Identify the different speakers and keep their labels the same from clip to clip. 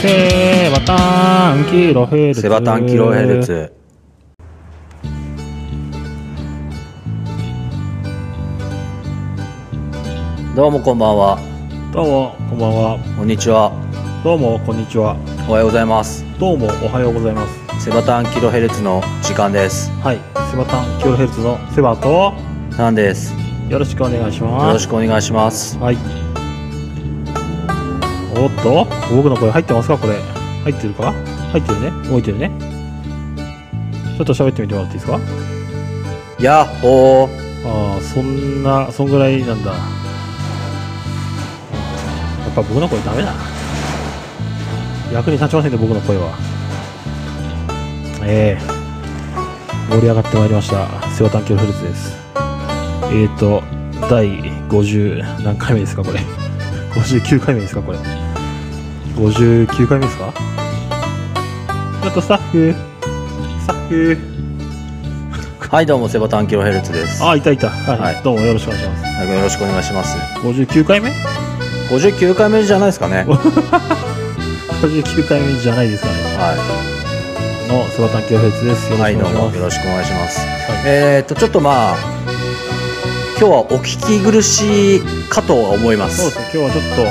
Speaker 1: セバタンキロヘルツ
Speaker 2: セバタンキロヘルツ。どうもこんばんは。
Speaker 1: どうもこんばんは
Speaker 2: こんにちは。
Speaker 1: どうもこんにちは
Speaker 2: おはようございます。
Speaker 1: どうもおはようございます
Speaker 2: セバタンキロヘルツの時間です。
Speaker 1: はいセバタンキロヘルツのセバと
Speaker 2: なんです。よ
Speaker 1: よろしくお願いしま
Speaker 2: ろ
Speaker 1: す
Speaker 2: しくお願いします。
Speaker 1: はいおっと僕の声入ってますかこれ入ってるか入ってるね動いてるねちょっと喋ってみてもらっていいですか
Speaker 2: やっほー。
Speaker 1: ああそんなそんぐらいなんだやっぱ僕の声ダメだ役に立ちませんね僕の声はええ盛り上がってまいりましたセワタンキロフルーツですえーと第50何回目ですかこれ59回目ですかこれ59回目ですかちょっとスタッフスタッフ
Speaker 2: はい、どうもセバタンキロヘルツです。
Speaker 1: あいたいたはい、
Speaker 2: はい
Speaker 1: どうもよろしくお願いします
Speaker 2: はいよろしくお願いします。
Speaker 1: 59回目
Speaker 2: 59回目じゃないですかね。
Speaker 1: 59回目じゃないですかね。
Speaker 2: は
Speaker 1: のセバタンキロヘルツです。
Speaker 2: い。
Speaker 1: よろ
Speaker 2: は
Speaker 1: し
Speaker 2: い、
Speaker 1: くお
Speaker 2: どう
Speaker 1: 願いし
Speaker 2: もよ
Speaker 1: ま
Speaker 2: ろしくお願いします。
Speaker 1: す。はい
Speaker 2: えー、っと、ちょっとまあ、今日はお聞き苦しいかとは思いま。
Speaker 1: そうですすね、今日はちょっと、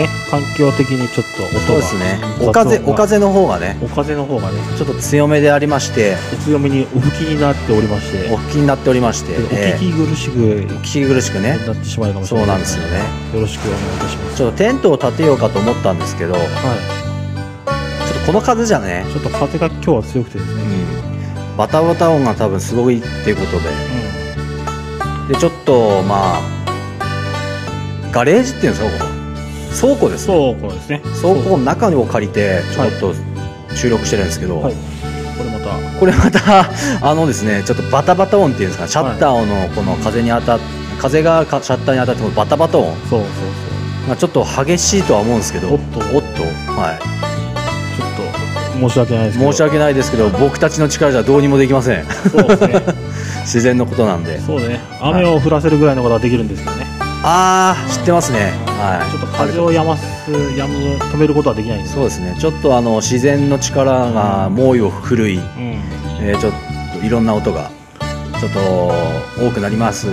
Speaker 1: ね、環境的にちょっと音が。
Speaker 2: そうですね。お風、お
Speaker 1: 風。
Speaker 2: 風の方がね、
Speaker 1: お風の方がね、
Speaker 2: ちょっと強めでありまして、
Speaker 1: お強めにお吹きになっておりまして、
Speaker 2: お
Speaker 1: お
Speaker 2: 聞きになっておりまして、
Speaker 1: 聞
Speaker 2: え
Speaker 1: き苦しく
Speaker 2: ーお聞き苦しくね。
Speaker 1: なってしまうかもしれ
Speaker 2: そ
Speaker 1: な
Speaker 2: う
Speaker 1: い。
Speaker 2: なんですよね。
Speaker 1: よろしくお願いいたします。
Speaker 2: ちょっとテントを建てようかと思ったんですけど、ちょっ
Speaker 1: は
Speaker 2: とこの風じゃね
Speaker 1: い。、ちょっと風が今日は強くてです
Speaker 2: う
Speaker 1: ね。
Speaker 2: ん、バタバタ音が多分すごいっていうことで、で、ちょっとまあ、ガレージっていうんですか、ここ。倉庫ですね。
Speaker 1: そう、こうですね。
Speaker 2: 倉庫の中を借りてちょっと収録してるんですけど、
Speaker 1: はい。これまた、
Speaker 2: これまた あのですねちょっとバタバタ音っていうんですかシャッターのこの風に当たっ風がかシャッターに当たってもバタバタ音
Speaker 1: そうそうそう。
Speaker 2: がちょっと激しいとは思うんですけど
Speaker 1: おっと
Speaker 2: はい、
Speaker 1: ちょっと、申し訳ないですけど。
Speaker 2: 申し訳ないですけど僕たちの力じゃどうにもできません
Speaker 1: そうですね。
Speaker 2: 自然のことなんで
Speaker 1: そうね、雨を降らせるぐらいのことはできるんですけどね、
Speaker 2: ああ知ってますねはい
Speaker 1: ちょっと風をやます、やむ、止めることはできないんです
Speaker 2: そうですねちょっとあの自然の力が猛威を振るい、
Speaker 1: うん、
Speaker 2: えーちょっといろんな音がちょっと多くなります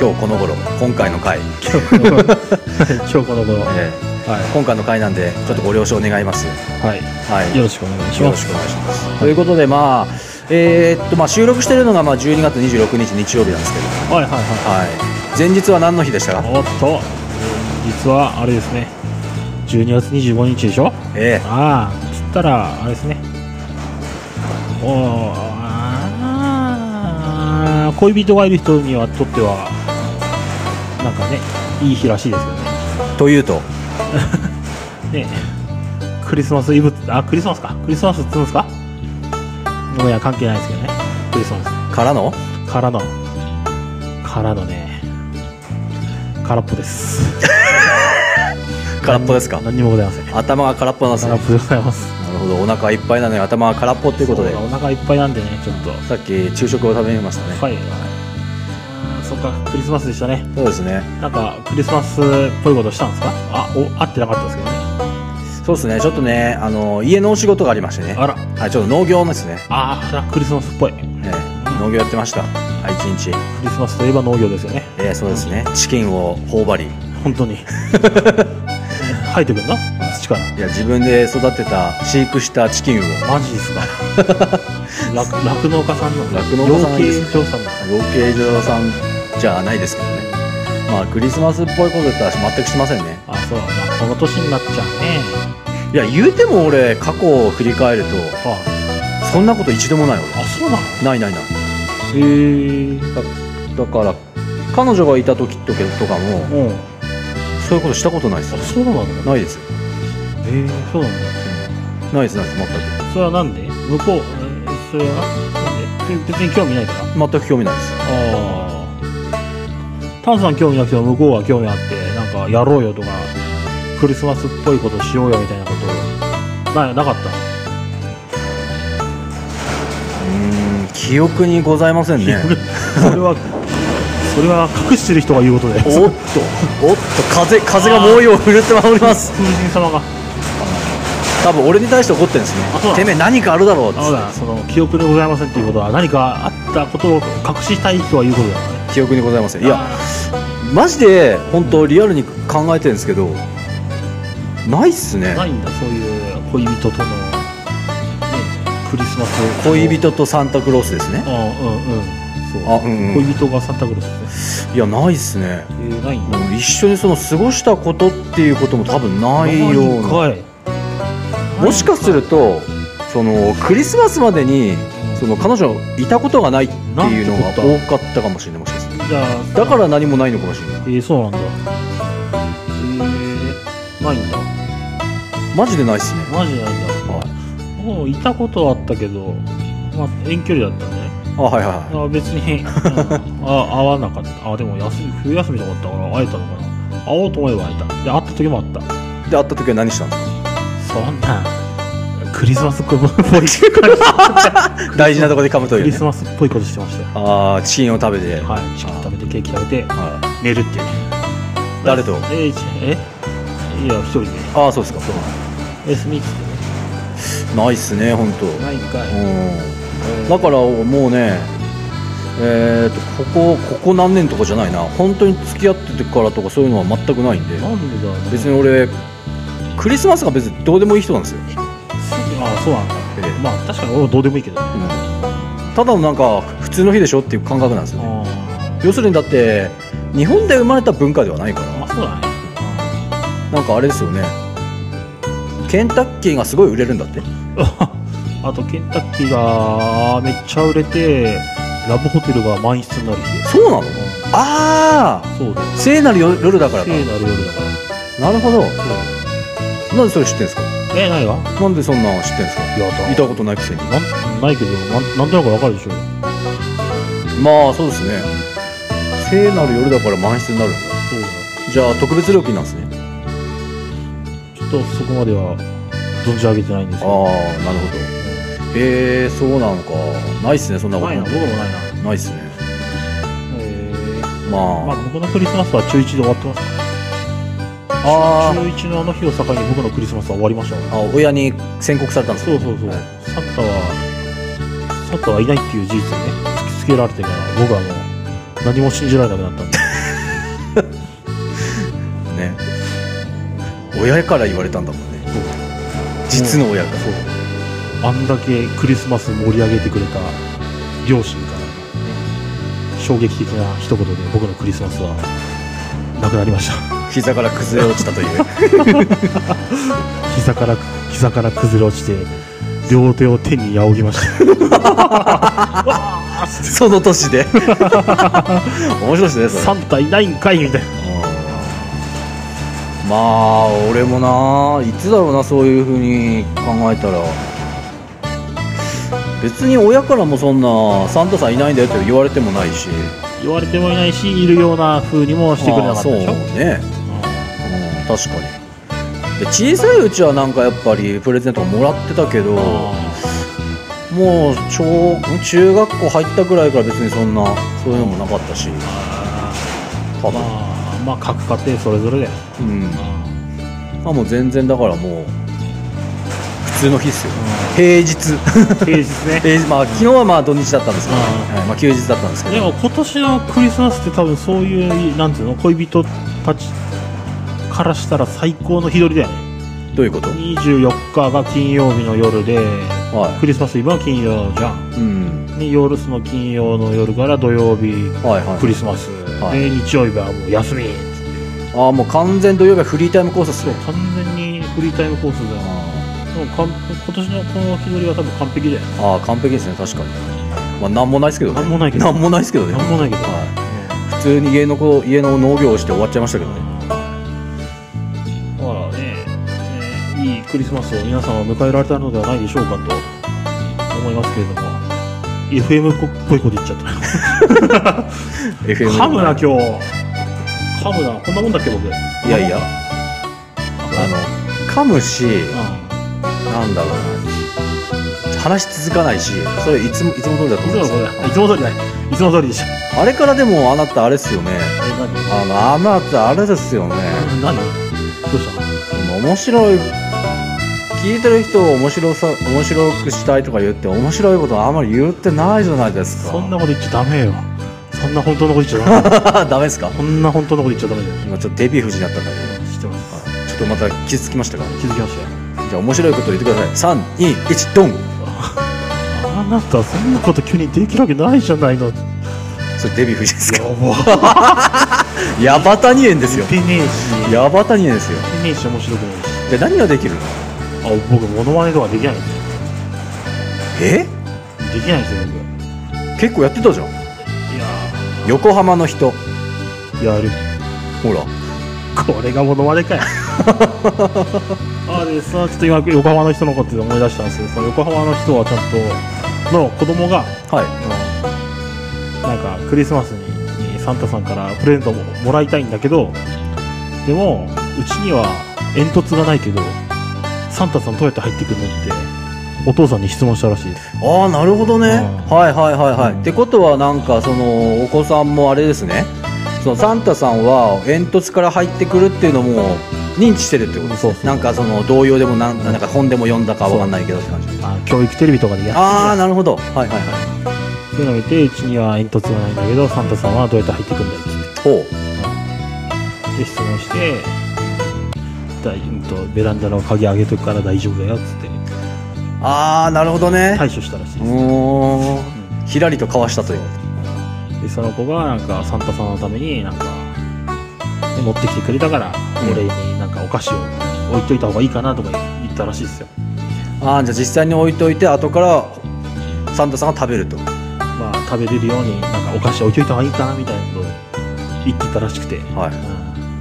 Speaker 2: 今日この頃今回の回、
Speaker 1: 今日この頃、今日この頃、はい、
Speaker 2: えー今回の回なんでちょっとご了承願います
Speaker 1: はい、
Speaker 2: はい
Speaker 1: よろしくお願いし
Speaker 2: よ
Speaker 1: ま
Speaker 2: ろし
Speaker 1: す。
Speaker 2: くお願いしますということでまあえーっとまあ収録してるのがまあ12月26日日曜日なんですけど
Speaker 1: はいはいは
Speaker 2: はい前日は何の日でしたか
Speaker 1: い、おっと、実はあれですね、12月25日でしょ、
Speaker 2: え
Speaker 1: ああ、つったら、あれですね、おーあー恋人がいる人にはとっては、なんかね、いい日らしいですよね。
Speaker 2: えというと
Speaker 1: ねクリスマスイブあクリスマスかクリスマスっつうんですかもういや関係ないですけどねクリスマ
Speaker 2: からの
Speaker 1: スからのからのね空っぽです
Speaker 2: 空っぽですか
Speaker 1: 何にもございません空
Speaker 2: 頭が空っぽなんですね
Speaker 1: っぽでございます
Speaker 2: なるほどお腹いっぱいなのに頭が空っぽっていうことで
Speaker 1: そうだお腹いっぱいなんでねちょっと
Speaker 2: さっき昼食を食べましたね
Speaker 1: はいあーそっかクリスマスでしたね
Speaker 2: そうですね
Speaker 1: なんかクリスマスっぽいことしたんですかあお合ってなかったですけどね
Speaker 2: そうですねちょっとねあの家のお仕事がありましてね
Speaker 1: あら
Speaker 2: はい、ちょっと農業のですね、
Speaker 1: あーあらクリスマスっぽいク
Speaker 2: えー農業やってました、はい、一日、
Speaker 1: リスマスといえば農業ですよね
Speaker 2: えーそうですね、チキンを頬張り、
Speaker 1: 本当に生えてくるな土から
Speaker 2: いや、自分で育てた、飼育したチキンを、
Speaker 1: マジですか酪酪農家さんの
Speaker 2: 酪農家さん
Speaker 1: 養
Speaker 2: です
Speaker 1: 鶏場さんの
Speaker 2: 養鶏場さんじゃないですけどね、まあ、クリスマスっぽいことだったら全くしませんね。
Speaker 1: あそうだなこの年になっちゃうね
Speaker 2: いや、言うても俺、過去を振り返ると、
Speaker 1: は
Speaker 2: そんなこと一度もない
Speaker 1: ああそうなの
Speaker 2: 俺、ないないない。
Speaker 1: へえ
Speaker 2: だから、彼女がいた時とかとかも、
Speaker 1: うん
Speaker 2: そういうことしたことないです
Speaker 1: あ。そうなのへ
Speaker 2: ないです。
Speaker 1: えそうなの
Speaker 2: ないです、ないです、
Speaker 1: それはなんで向こうえーそれはなんで別に興味ないから
Speaker 2: 全く。全く興味ないです。
Speaker 1: ああ炭さん興味なくても向こうは興味あってなんかやろうよとかクリスマスっぽいことしようよみたいなことななかった
Speaker 2: うーん記憶にございませんね
Speaker 1: それはそれは隠してる人が言うことで
Speaker 2: おっとおっと風風が猛威を振るってまおります
Speaker 1: 風神様が
Speaker 2: 多分俺に対して怒ってるんですね
Speaker 1: あそうなの
Speaker 2: てめえ何かあるだろうっつ
Speaker 1: そうだ
Speaker 2: っ
Speaker 1: その記憶にございませんっていうことは何かあったことを隠したいとはいうことだよね
Speaker 2: て記憶にございませんいや
Speaker 1: あ
Speaker 2: マジで本当リアルに考えてるんですけどないっすね
Speaker 1: ーないんだそういう恋人との、ね、クリスマス
Speaker 2: 恋人とサンタクロースですね
Speaker 1: うんうんうんそう
Speaker 2: あうん、うん、
Speaker 1: 恋人がサンタクロースですね
Speaker 2: いやないっすね
Speaker 1: えー、ないんだ
Speaker 2: うん一緒にその過ごしたことっていうことも多分ないような
Speaker 1: ないんかい
Speaker 2: もしかするとそのクリスマスまでにその彼女いたことがないっていうの
Speaker 1: な
Speaker 2: が
Speaker 1: んてこ
Speaker 2: 多かったかもしれないもしかする
Speaker 1: じゃあ
Speaker 2: とだから何もないのかもしれない
Speaker 1: えー、そうなんだえー、ないんだ
Speaker 2: マジでないっすね
Speaker 1: マジでないんだ
Speaker 2: はい
Speaker 1: もういたことはあったけど、まあ、遠距離だったね
Speaker 2: あはいはいはい
Speaker 1: あ別 に、うんあ会わなかったあでも休み冬休みとかだったから会えたのかな会おうと思えば会えたで会った時もあった
Speaker 2: で会った時は何したんです
Speaker 1: そんなクリスマスっ ぽいことしてました
Speaker 2: か大事なとこで噛むと
Speaker 1: ク
Speaker 2: いう
Speaker 1: リ
Speaker 2: ね
Speaker 1: スマスっぽいことしてましたよ
Speaker 2: ああチキンを食べて、
Speaker 1: はいチキン食べてケーキ食べて
Speaker 2: は
Speaker 1: 寝るっていうね
Speaker 2: い誰と
Speaker 1: えー、一えいや一人で
Speaker 2: ああそうですかそう
Speaker 1: 休みっつって
Speaker 2: ないっすね本当
Speaker 1: ねないんかい、
Speaker 2: うん
Speaker 1: え
Speaker 2: だからもうねえー、とここここ何年とかじゃないな本当に付き合っててからとかそういうのは全くないんで
Speaker 1: ーなんでだろうね
Speaker 2: 別に俺クリスマスが別にどうでもいい人なんですよ、
Speaker 1: ああそうなんだ
Speaker 2: ええ
Speaker 1: まあ確かに俺はどうでもいいけどね
Speaker 2: ただのなんか普通の日でしょっていう感覚なんですよね
Speaker 1: あ
Speaker 2: 要するにだって日本で生まれた文化ではないか
Speaker 1: あまあ
Speaker 2: ら
Speaker 1: そうだね
Speaker 2: なんかあれですよねケンタッキーがすごい売れるんだって
Speaker 1: あとケンタッキーがめっちゃ売れてラブホテルが満室になる日です
Speaker 2: そうなのああ
Speaker 1: そうだよ
Speaker 2: 聖なる夜だからか
Speaker 1: 聖なる夜だか
Speaker 2: なるほど
Speaker 1: ら
Speaker 2: なんでそれ知ってんですか
Speaker 1: えないわ
Speaker 2: なんでそんなん知ってんですか
Speaker 1: いやだ
Speaker 2: いたことないくせに
Speaker 1: なんないけどなんなんとなくわかるでしょ
Speaker 2: まあそうですね聖なる夜だから満室になるんだ
Speaker 1: そうだよ
Speaker 2: じゃあ特別料金なんですね
Speaker 1: ちょっとそこまでは存じ上げてないんです
Speaker 2: あ
Speaker 1: け
Speaker 2: あ
Speaker 1: ど
Speaker 2: なるほどへえー、そうなのかないっすねそんなこと
Speaker 1: ないな僕もないな
Speaker 2: ないっすね
Speaker 1: えー
Speaker 2: まあ、
Speaker 1: まあ僕のクリスマスは中1で終わってますから
Speaker 2: あー
Speaker 1: 中1のあの日を境に僕のクリスマスは終わりましたね
Speaker 2: あ親に宣告されたんですか
Speaker 1: そうそうそう、
Speaker 2: はい
Speaker 1: サンタはサンタはいないっていう事実をね突きつけられてから僕はもう何も信じられなくなったんで
Speaker 2: ね親から言われたんだもんね
Speaker 1: そう
Speaker 2: 実の親から、
Speaker 1: そうあんだけクリスマス盛り上げてくれた両親からのね衝撃的な一言で僕のクリスマスはなくなりました
Speaker 2: 膝から崩れ落ちたという
Speaker 1: 膝から膝から崩れ落ちて両手を天に仰ぎました
Speaker 2: その年で面白いですねそ
Speaker 1: サ
Speaker 2: れ
Speaker 1: ンタいないんかいみたいな
Speaker 2: まあ俺もないつだろうなそういうふうに考えたら別に親からもそんなサンタさんいないんだよって言われてもないし
Speaker 1: 言われてもいないしいるような風にもしてくれなかったでしょ
Speaker 2: まあそうねうん確かにで小さいうちはなんかやっぱりプレゼントもらってたけどもう小中学校入ったぐらいから別にそんなそういうのもなかったし多
Speaker 1: ま
Speaker 2: 分、
Speaker 1: あ、まあ各家庭それぞれだよ、
Speaker 2: うん
Speaker 1: う
Speaker 2: まあもう全然だからもう普通の日っすよ
Speaker 1: ん
Speaker 2: 平日
Speaker 1: 平日ね
Speaker 2: 平日まあ昨日はまあ土日だったんですけど、ね
Speaker 1: う
Speaker 2: はいまあ、休日だったんですけ
Speaker 1: で
Speaker 2: ど
Speaker 1: も今年のクリスマスって多分そういうなんていうの恋人たちからしたら最高の日取りだよね
Speaker 2: どういうこと
Speaker 1: 24日が金曜日の夜で
Speaker 2: は
Speaker 1: クリスマスイブは金曜じゃん
Speaker 2: い、うん、
Speaker 1: で夜その金曜の夜から土曜日
Speaker 2: はいは
Speaker 1: ク
Speaker 2: い
Speaker 1: リスマス、
Speaker 2: はい
Speaker 1: で日曜日はもう休み
Speaker 2: ああもう完全土曜日はフリータイムコースっすね
Speaker 1: 完全にフリータイムコースだよ
Speaker 2: あ
Speaker 1: でもかん今年のこの日取りは多分完璧だよね
Speaker 2: ーあー完璧ですね確かにまあなんもないっすけどね
Speaker 1: なんもないけど
Speaker 2: なんもないっすけどね
Speaker 1: なんもないけど、
Speaker 2: は普通に家の子家の農業をして終わっちゃいましたけどね
Speaker 1: だからね、えーいいクリスマスを皆さんは迎えられたのではないでしょうかと思いますけれども FM っぽいこと言っちゃった
Speaker 2: FM
Speaker 1: 噛むな今日噛むなこんなもんだっけ僕い
Speaker 2: いやいや
Speaker 1: あ
Speaker 2: あの噛むしなんだろうな話し続かないしそれいつもいつも通りだと
Speaker 1: いつ
Speaker 2: 思
Speaker 1: も
Speaker 2: い
Speaker 1: の
Speaker 2: ま
Speaker 1: こ
Speaker 2: す
Speaker 1: とだいつもの通りないいつもの通りでしたえ
Speaker 2: あれからでもあなたあれっすよね
Speaker 1: 何
Speaker 2: あのあなたあれですよね
Speaker 1: 何どうしたの
Speaker 2: その面白い聞いてる人を面白さ面白くしたいとか言って面白いことあんまり言ってないじゃないですか
Speaker 1: そんなこと言っちゃダメよそんな本当のこと言っちゃダメ
Speaker 2: ダメですか
Speaker 1: そんな本当のこと言っちゃダメだよ
Speaker 2: 今ちょっとデヴィ夫人だったんだけ
Speaker 1: 知ってます
Speaker 2: どちょっとまた傷つきましたか
Speaker 1: 気づきましたよ
Speaker 2: じゃあ面白いこと言ってください321ドン
Speaker 1: あなたそんなこと急にできるわけないじゃないのや
Speaker 2: それデヴィ夫人ですか
Speaker 1: ば
Speaker 2: ヤバタニエンですよ
Speaker 1: 言ってねえしや
Speaker 2: ヤバタニエンですよ
Speaker 1: ってねえし面白くないし
Speaker 2: で何ができるの
Speaker 1: あ僕モノマネとかできないんですよ
Speaker 2: え
Speaker 1: できないんですよ
Speaker 2: 結構やってたじゃん
Speaker 1: 僕いや
Speaker 2: 横浜の人
Speaker 1: ーやる
Speaker 2: ほら
Speaker 1: これがモノマネ かよあでさちょっと今横浜の人のことで思い出したんですけどその横浜の人はちゃんとの子供が
Speaker 2: はい
Speaker 1: あのなんかクリスマスににサンタさんからプレゼントももらいたいんだけどでもうちには煙突がないけどサンタさんどうやって入ってくるのってお父さんに質問したらしいです
Speaker 2: ああなるほどね、
Speaker 1: うん
Speaker 2: はいはいはいはい、
Speaker 1: うん
Speaker 2: ってことはなんかそのお子さんもあれですねそのサンタさんは煙突から入ってくるっていうのも認知してるってことですね
Speaker 1: そうそう
Speaker 2: なんかその童謡でもなんなんか本でも読んだかわかんないけどって感じ
Speaker 1: あ教育テレビとかでやってる
Speaker 2: ああなるほどはいはいは
Speaker 1: そういうのを見てうちには煙突がないんだけどサンタさんはどうやって入ってくるんだよって言って
Speaker 2: いほう
Speaker 1: で質問してだいうんとベランダの鍵上げとくから大丈夫だよっつって
Speaker 2: ああなるほどね、
Speaker 1: 対処したらしいうです、
Speaker 2: ーんひらりとかわしたという
Speaker 1: でその子がなんかサンタさんのためになんか持ってきてくれたから
Speaker 2: うん
Speaker 1: 俺になんかお菓子を置いといた方がいいかなとか言ったらしいですよ
Speaker 2: ああじゃあ実際に置いといて後からサンタさんが食べると
Speaker 1: まあ食べれるようになんかお菓子置いといた方がいいかなみたいなことを言ってたらしくて、うん
Speaker 2: はい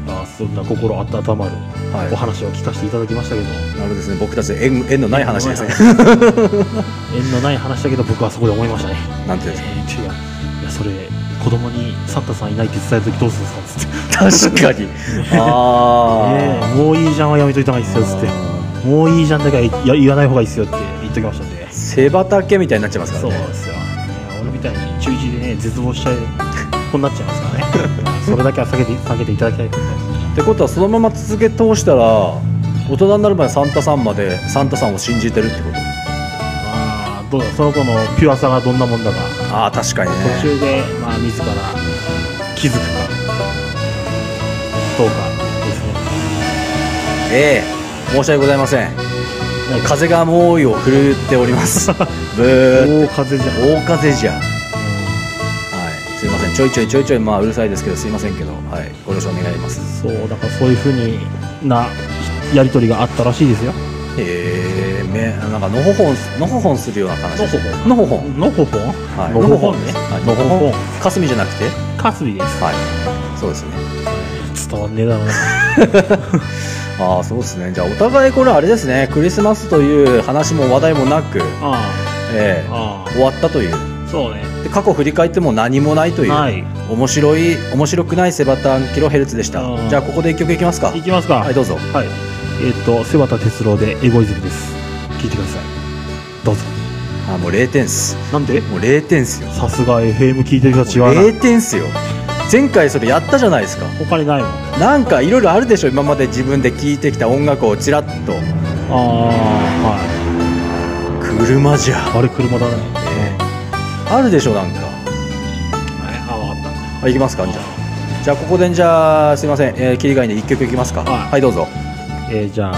Speaker 1: あそんな心温まる
Speaker 2: はい
Speaker 1: お話を聞かせていただきましたけど
Speaker 2: なるほどですね僕たち縁縁のない話ですね
Speaker 1: 縁のない話だけど僕はそこで思いましたね
Speaker 2: なんていうんです
Speaker 1: え
Speaker 2: か
Speaker 1: ー、違ういやそれ子供にサンタさんいないって伝えるときどうするんですかつって、
Speaker 2: 確かに あ
Speaker 1: ねえもういいじゃんはやめといた方がいいっすよつって
Speaker 2: あ
Speaker 1: もういいじゃんだけはいや言わない方がいいっすよって言っときましたんで
Speaker 2: 背畑みたいになっちゃいますか
Speaker 1: そう
Speaker 2: らね
Speaker 1: ですよ、ね俺みたいに中1でね絶望しちゃうこうなっちゃいますからね まあそれだけは避けて避けていただきたいと思います
Speaker 2: ってことはそのまま続け通したら大人になる前サンタさんまでサンタさんを信じてるってこと
Speaker 1: あーどうだその子のピュアさがどんなもんだか
Speaker 2: ああ確かに
Speaker 1: 途
Speaker 2: ね
Speaker 1: 中で、まあ、自ら気づくかどうかですね
Speaker 2: ええ申し訳ございません
Speaker 1: なんか
Speaker 2: 風が猛威を振るっております ブー
Speaker 1: 大風じゃん、
Speaker 2: 大風じゃんはいすいませんちょいちょいちょいちょいまあうるさいですけどすいませんけどはいご了承願います
Speaker 1: そうだからそういうふうになやり取りがあったらしいですよ
Speaker 2: ええめなんかのほほんのほほんするような話
Speaker 1: のほほん
Speaker 2: のほほん
Speaker 1: のほほん
Speaker 2: はい
Speaker 1: のほほん
Speaker 2: で
Speaker 1: ね
Speaker 2: すはい
Speaker 1: の
Speaker 2: の
Speaker 1: ほ
Speaker 2: ほ
Speaker 1: ほ
Speaker 2: ほ
Speaker 1: ん
Speaker 2: んかすみじゃなくて
Speaker 1: かすびです
Speaker 2: はいそうですね
Speaker 1: 伝わんねえだろうな
Speaker 2: ああそうですねじゃあお互いこれあれですねクリスマスという話も話題もなく、
Speaker 1: あ
Speaker 2: ええ
Speaker 1: ああ
Speaker 2: 終わったという
Speaker 1: あそうね
Speaker 2: で過去振り返っても何もないという、
Speaker 1: はい
Speaker 2: 面白い面白くないセバタンキロヘルツでした
Speaker 1: うん
Speaker 2: じゃあここで一曲いきますか
Speaker 1: いきますか
Speaker 2: はいどうぞ
Speaker 1: はいえーっと瀬端哲郎でエゴイズムです聞いてくださいどうぞ
Speaker 2: あーもう0点っす
Speaker 1: なんで
Speaker 2: もう0点っすよ
Speaker 1: さすが FM 聞いてる人は違うな
Speaker 2: 0点っすよ前回それやったじゃないですか
Speaker 1: 他にないもん
Speaker 2: なんかいろいろあるでしょ今まで自分で聴いてきた音楽をちらっと
Speaker 1: ああは
Speaker 2: 車じゃ
Speaker 1: いあれ車だね
Speaker 2: えあるでしょなんか
Speaker 1: ああ分かっ
Speaker 2: あいきますかじゃあじゃあここでじゃあすいません、えー、切り替えに1曲いきますか
Speaker 1: はい
Speaker 2: はいどうぞ
Speaker 1: たえーじゃあ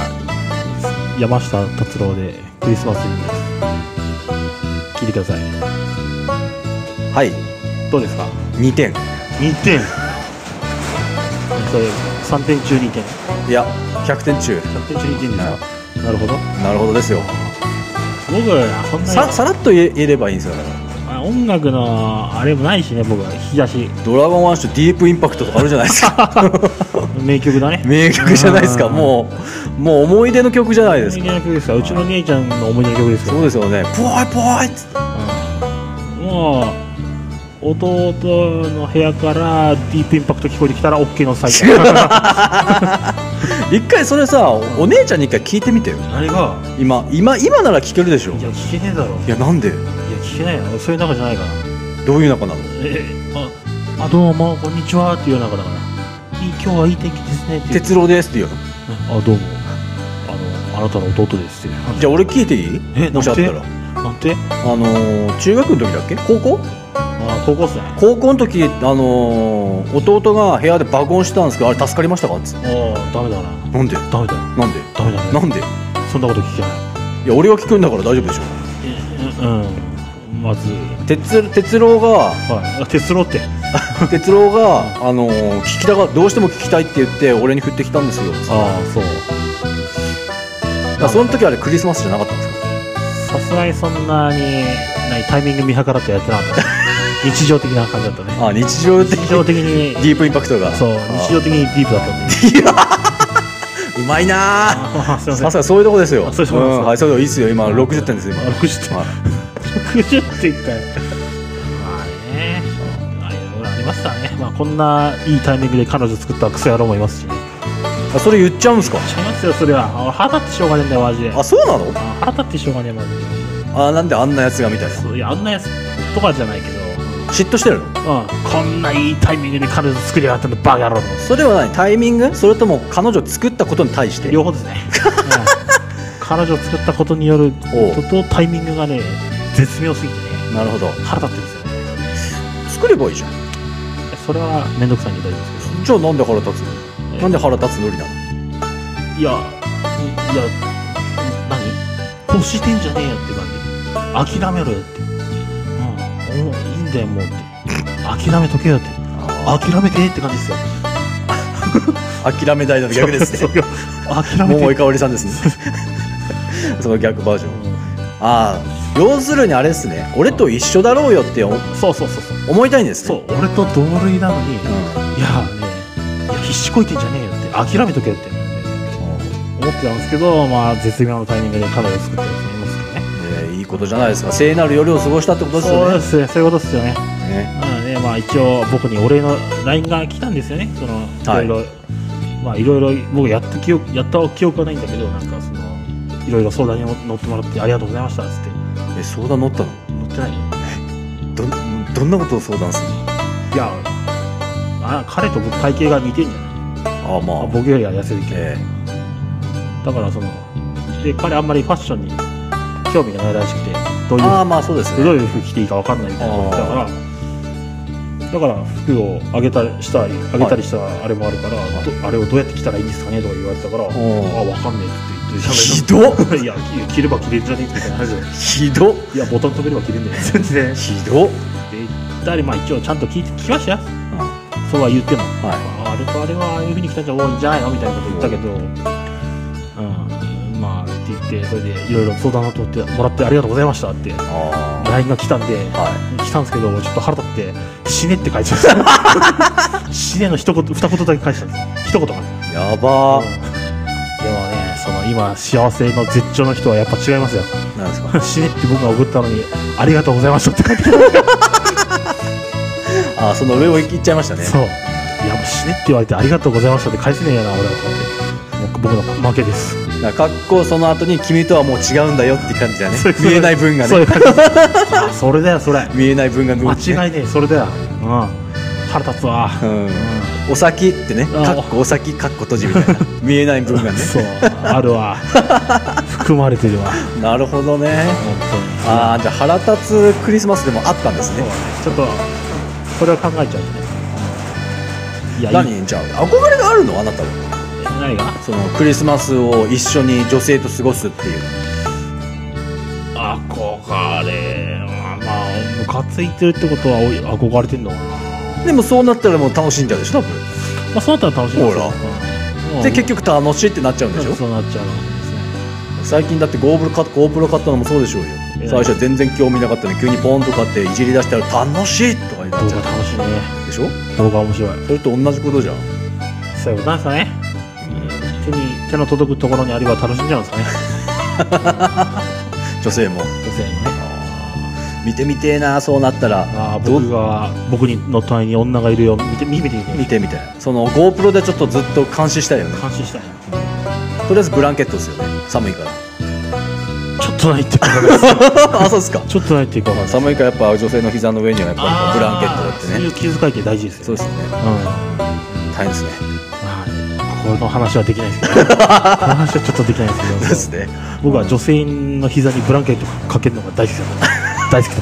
Speaker 1: 山下達郎でクリスマスイブです聞いてください
Speaker 2: はい
Speaker 1: どうですか
Speaker 2: 2点
Speaker 1: 2点それ3点中2点
Speaker 2: いや100点中
Speaker 1: 3点中2点ですかなるほど
Speaker 2: なるほどですよ
Speaker 1: 僕そんな
Speaker 2: さ
Speaker 1: に
Speaker 2: さらっと言え言えればいいんですよだから
Speaker 1: あ音楽のあれもないしね僕は引き出し
Speaker 2: ドラゴンワンシュディープインパクトとかあるじゃないですか
Speaker 1: 名曲だね
Speaker 2: 名曲じゃないですか
Speaker 1: うん
Speaker 2: もうもう思い出の曲じゃないです
Speaker 1: 思い
Speaker 2: か
Speaker 1: 出の曲ですかうちの姉ちゃんの思い出の曲ですか
Speaker 2: そうですよねぽわいぽわいっつって
Speaker 1: うんもう弟の部屋からディープインパクト聞こえてきたら OK のサイト
Speaker 2: 一回それさお姉ちゃんに一回聞いてみてよ
Speaker 1: あれが
Speaker 2: 今今今なら聞けるでしょ
Speaker 1: いや聞けねえだろい
Speaker 2: いやなんで
Speaker 1: や聞けないよそういう中じゃないから
Speaker 2: どういう仲なの
Speaker 1: えああどうもこんにちはっていう中だからいい今日はいい天気ですねっていう
Speaker 2: 哲郎ですって言うの
Speaker 1: あどうもあのあなたの弟ですって
Speaker 2: じゃあ俺聞いていい
Speaker 1: え
Speaker 2: もしあった
Speaker 1: な
Speaker 2: ら
Speaker 1: なんて
Speaker 2: あのー中学の時だっけ高校
Speaker 1: あ高校生
Speaker 2: 高校の時あのー弟が部屋で爆音してたんですけどあれ助かりましたかっつって
Speaker 1: ああダメだな
Speaker 2: なんで
Speaker 1: ダメだ
Speaker 2: なんで
Speaker 1: ダメだね
Speaker 2: なんで
Speaker 1: そんなこと聞けない
Speaker 2: や俺が聞くんだから大丈夫でしょ
Speaker 1: いうんまず
Speaker 2: 哲哲 郎が
Speaker 1: はいあ鉄郎って
Speaker 2: 哲郎が、あのー聞きたがどうしても聞きたいって言って俺に振ってきたんですよ
Speaker 1: ああそう
Speaker 2: だからその時あれクリスマスじゃなかったんです
Speaker 1: さ
Speaker 2: か
Speaker 1: すがにそんなに何タイミング見計らってやってなかったね 日常的な感じだったね
Speaker 2: ああ日常的
Speaker 1: 日常的に
Speaker 2: ディープインパクトが
Speaker 1: そう
Speaker 2: あ
Speaker 1: 日常的にディープだったんで
Speaker 2: うまいなあ
Speaker 1: あーすい
Speaker 2: さ
Speaker 1: ますせん
Speaker 2: がそういうとこですよ
Speaker 1: あそういうとこですか
Speaker 2: んはいそういうとこいいっすよ今60点ですよ
Speaker 1: あ
Speaker 2: 今
Speaker 1: 60点
Speaker 2: はい
Speaker 1: 60点かよまあねあいろいろありましたねまあこんないいタイミングで彼女作ったクソ野郎もいますしね
Speaker 2: あそれ言っちゃうんすか
Speaker 1: ちゃいますよそれは俺腹立ってしょうがねえんだよマジで
Speaker 2: あそうなの
Speaker 1: あ腹立ってしょうがねえマジで
Speaker 2: あなんであんなやつがみたいな
Speaker 1: そういやあんなやつとかじゃないけど
Speaker 2: 嫉妬してる
Speaker 1: う
Speaker 2: の
Speaker 1: ん、こんないいタイミングで彼女作りやがったのバカ野郎の
Speaker 2: それは何タイミングそれとも彼女を作ったことに対して
Speaker 1: 両方ですね、うん彼女を作ったことによる
Speaker 2: おう
Speaker 1: こととタイミングがね絶妙すぎてね
Speaker 2: なるほど
Speaker 1: 腹立ってるんですよね
Speaker 2: 作ればいいじゃん
Speaker 1: それは面倒くさいんで大丈夫です
Speaker 2: じゃあなんで腹立つの
Speaker 1: けど、
Speaker 2: なんで腹立つのりな
Speaker 1: いや
Speaker 2: の
Speaker 1: いいや何欲してんじゃねえよって感じ諦めろよって、うん、もういいんだよもうって諦めとけよって諦めてって感じですよ
Speaker 2: 諦め台の逆です
Speaker 1: そう
Speaker 2: ね
Speaker 1: そう諦めて
Speaker 2: 桃井かおりさんで すねその逆バージョンああ要するにあれですね俺と一緒だろうよって思
Speaker 1: うんそうそうそうそう
Speaker 2: 思いたいんです
Speaker 1: そ
Speaker 2: ね
Speaker 1: う俺と同類なのに、
Speaker 2: う
Speaker 1: い
Speaker 2: ん
Speaker 1: やねいや必死こいてんじゃねえよって諦めとけよって思ってたんですけどまあ絶妙なタイミングで彼女を作ったやつもいますけどね
Speaker 2: えーいいことじゃないですか聖なる夜を過ごしたってことです
Speaker 1: そう
Speaker 2: よ
Speaker 1: で
Speaker 2: ね
Speaker 1: すねそういうことですよね
Speaker 2: ね
Speaker 1: なのでまあ一応僕にお礼の LINE が来たんですよねそのいろ
Speaker 2: は
Speaker 1: い
Speaker 2: い
Speaker 1: ろ、まあいろいろ僕やった記憶やった記憶はないんだけどなんかそのいろいろ相談に乗ってもらってありがとうございましたっつって
Speaker 2: え相談乗ったの
Speaker 1: 乗ってないよ
Speaker 2: どんどんなことを相談するの
Speaker 1: いやあ彼と僕体型が似てんじゃない
Speaker 2: ああまあ
Speaker 1: あ僕よりは痩せるけど
Speaker 2: え
Speaker 1: だからそので彼あんまりファッションに興味がないらしくてどう
Speaker 2: ー
Speaker 1: い
Speaker 2: ああ
Speaker 1: う
Speaker 2: まあそうです
Speaker 1: ど
Speaker 2: ね
Speaker 1: ういう服着ていいか分かんないみたいなことだからだから服をあげたりしたりあげたりしたらあれもあるから、どあれをどうやって着たらいいんですかねとか言われてたから、あ
Speaker 2: ん
Speaker 1: 分かんねえって言って
Speaker 2: ひ
Speaker 1: 喋
Speaker 2: どっ
Speaker 1: る いや着着れば着れんじゃねえみたいな話で
Speaker 2: ひどっ
Speaker 1: いやボタン止めれば着れんじゃねえって言って
Speaker 2: ひ
Speaker 1: 言
Speaker 2: どっ
Speaker 1: ったりまあ一応ちゃんと聞いて聞きましたよそうは言っても
Speaker 2: は
Speaker 1: あれとあれはああいうふうに来たんじゃ多いんじゃないのみたいなこと言ったけど、うん、まあって言って、それでいろいろ相談を取ってもらってありがとうございました って、
Speaker 2: いあ
Speaker 1: LINE が来たんで、
Speaker 2: あは
Speaker 1: 来たんですけど、ちょっと腹立って、死ねって返しました。死ねの一言、二言だけ返したんです。一言かな。
Speaker 2: い
Speaker 1: うん
Speaker 2: やばー
Speaker 1: でもね、その今、幸せの絶頂の人はやっぱ違いますよ。
Speaker 2: なんですか
Speaker 1: 死ねって僕が送ったのに、ありがとうございましたって書いてき
Speaker 2: ああその上を行っちゃいました
Speaker 1: た。
Speaker 2: ね
Speaker 1: そう。いや、もう死ねって言われて、ありがとうございましたって返せねえよな、俺はと思って。もう僕の負けです。
Speaker 2: なんか格好その後に君とはもう違うんだよって感じだね
Speaker 1: そう いう
Speaker 2: 見えない分が
Speaker 1: そうい
Speaker 2: ね
Speaker 1: う 感じあそれだよそれ
Speaker 2: 見えない分がね
Speaker 1: 間違いねえそれだよ、うん、腹立つわ、
Speaker 2: うん
Speaker 1: う
Speaker 2: お先ってね
Speaker 1: あ
Speaker 2: かっこお先かっこ閉じみたいな見えない分が
Speaker 1: ん、
Speaker 2: ね
Speaker 1: そうある わ含まれてるわ本
Speaker 2: なるほどね
Speaker 1: 当に
Speaker 2: ああじゃあ腹立つクリスマスでもあったんです
Speaker 1: そう
Speaker 2: ね
Speaker 1: ねちょっとこれは考えちゃうねいやいい
Speaker 2: 何じゃあ憧れがあるのあなたは
Speaker 1: 何が
Speaker 2: そのクリスマスを一緒に女性と過ごすっていう
Speaker 1: 憧れまあまあムカついてるってことはおい憧れてんのかな、
Speaker 2: でもそうなったらもう楽しんじゃうでしょ多分
Speaker 1: まあ、そうなったら楽しいですよ
Speaker 2: ほ
Speaker 1: うんうん
Speaker 2: で結局楽しいってなっちゃうんでしょ
Speaker 1: そうなっちゃうのですね
Speaker 2: 最近だってゴーブロ買ったゴープロ買ったのもそうでしょうよ
Speaker 1: え
Speaker 2: 最初は全然興味なかったのに急にポンと買っていじり出したら楽しいとかにな
Speaker 1: 動
Speaker 2: っ
Speaker 1: 画
Speaker 2: ちゃ
Speaker 1: 楽しいね
Speaker 2: うでしょ
Speaker 1: 動画面白い
Speaker 2: それと同じことじゃん
Speaker 1: そういうことなんですかね手に手の届くところにあれば楽しんじゃうんですかね
Speaker 2: 女性も
Speaker 1: 女性もね
Speaker 2: 見てみてえなそうなったら
Speaker 1: ああ
Speaker 2: どう
Speaker 1: 僕が僕にの隣に女がいるよ見て見てみて
Speaker 2: 見てみたいその GoPro でちょっとずっと監視したいよね
Speaker 1: 監視したいな
Speaker 2: とりあえずブランケットですよね寒いから
Speaker 1: ちょっとないっていうか分かんない
Speaker 2: あそうっすか
Speaker 1: ちょっとないっていうか分かんない
Speaker 2: 寒いからやっぱ女性の膝の上にはやっぱブランケットだ
Speaker 1: そう
Speaker 2: って
Speaker 1: い
Speaker 2: ね
Speaker 1: う気遣いって大事です
Speaker 2: そう
Speaker 1: よ
Speaker 2: ですよね
Speaker 1: うんは
Speaker 2: 大変ですね
Speaker 1: いこの話はできない ですけどこの話はちょっとできないで
Speaker 2: ですす
Speaker 1: けど
Speaker 2: ね
Speaker 1: 僕は女性の膝にブランケットかけるのが大好きだ った大好きだっ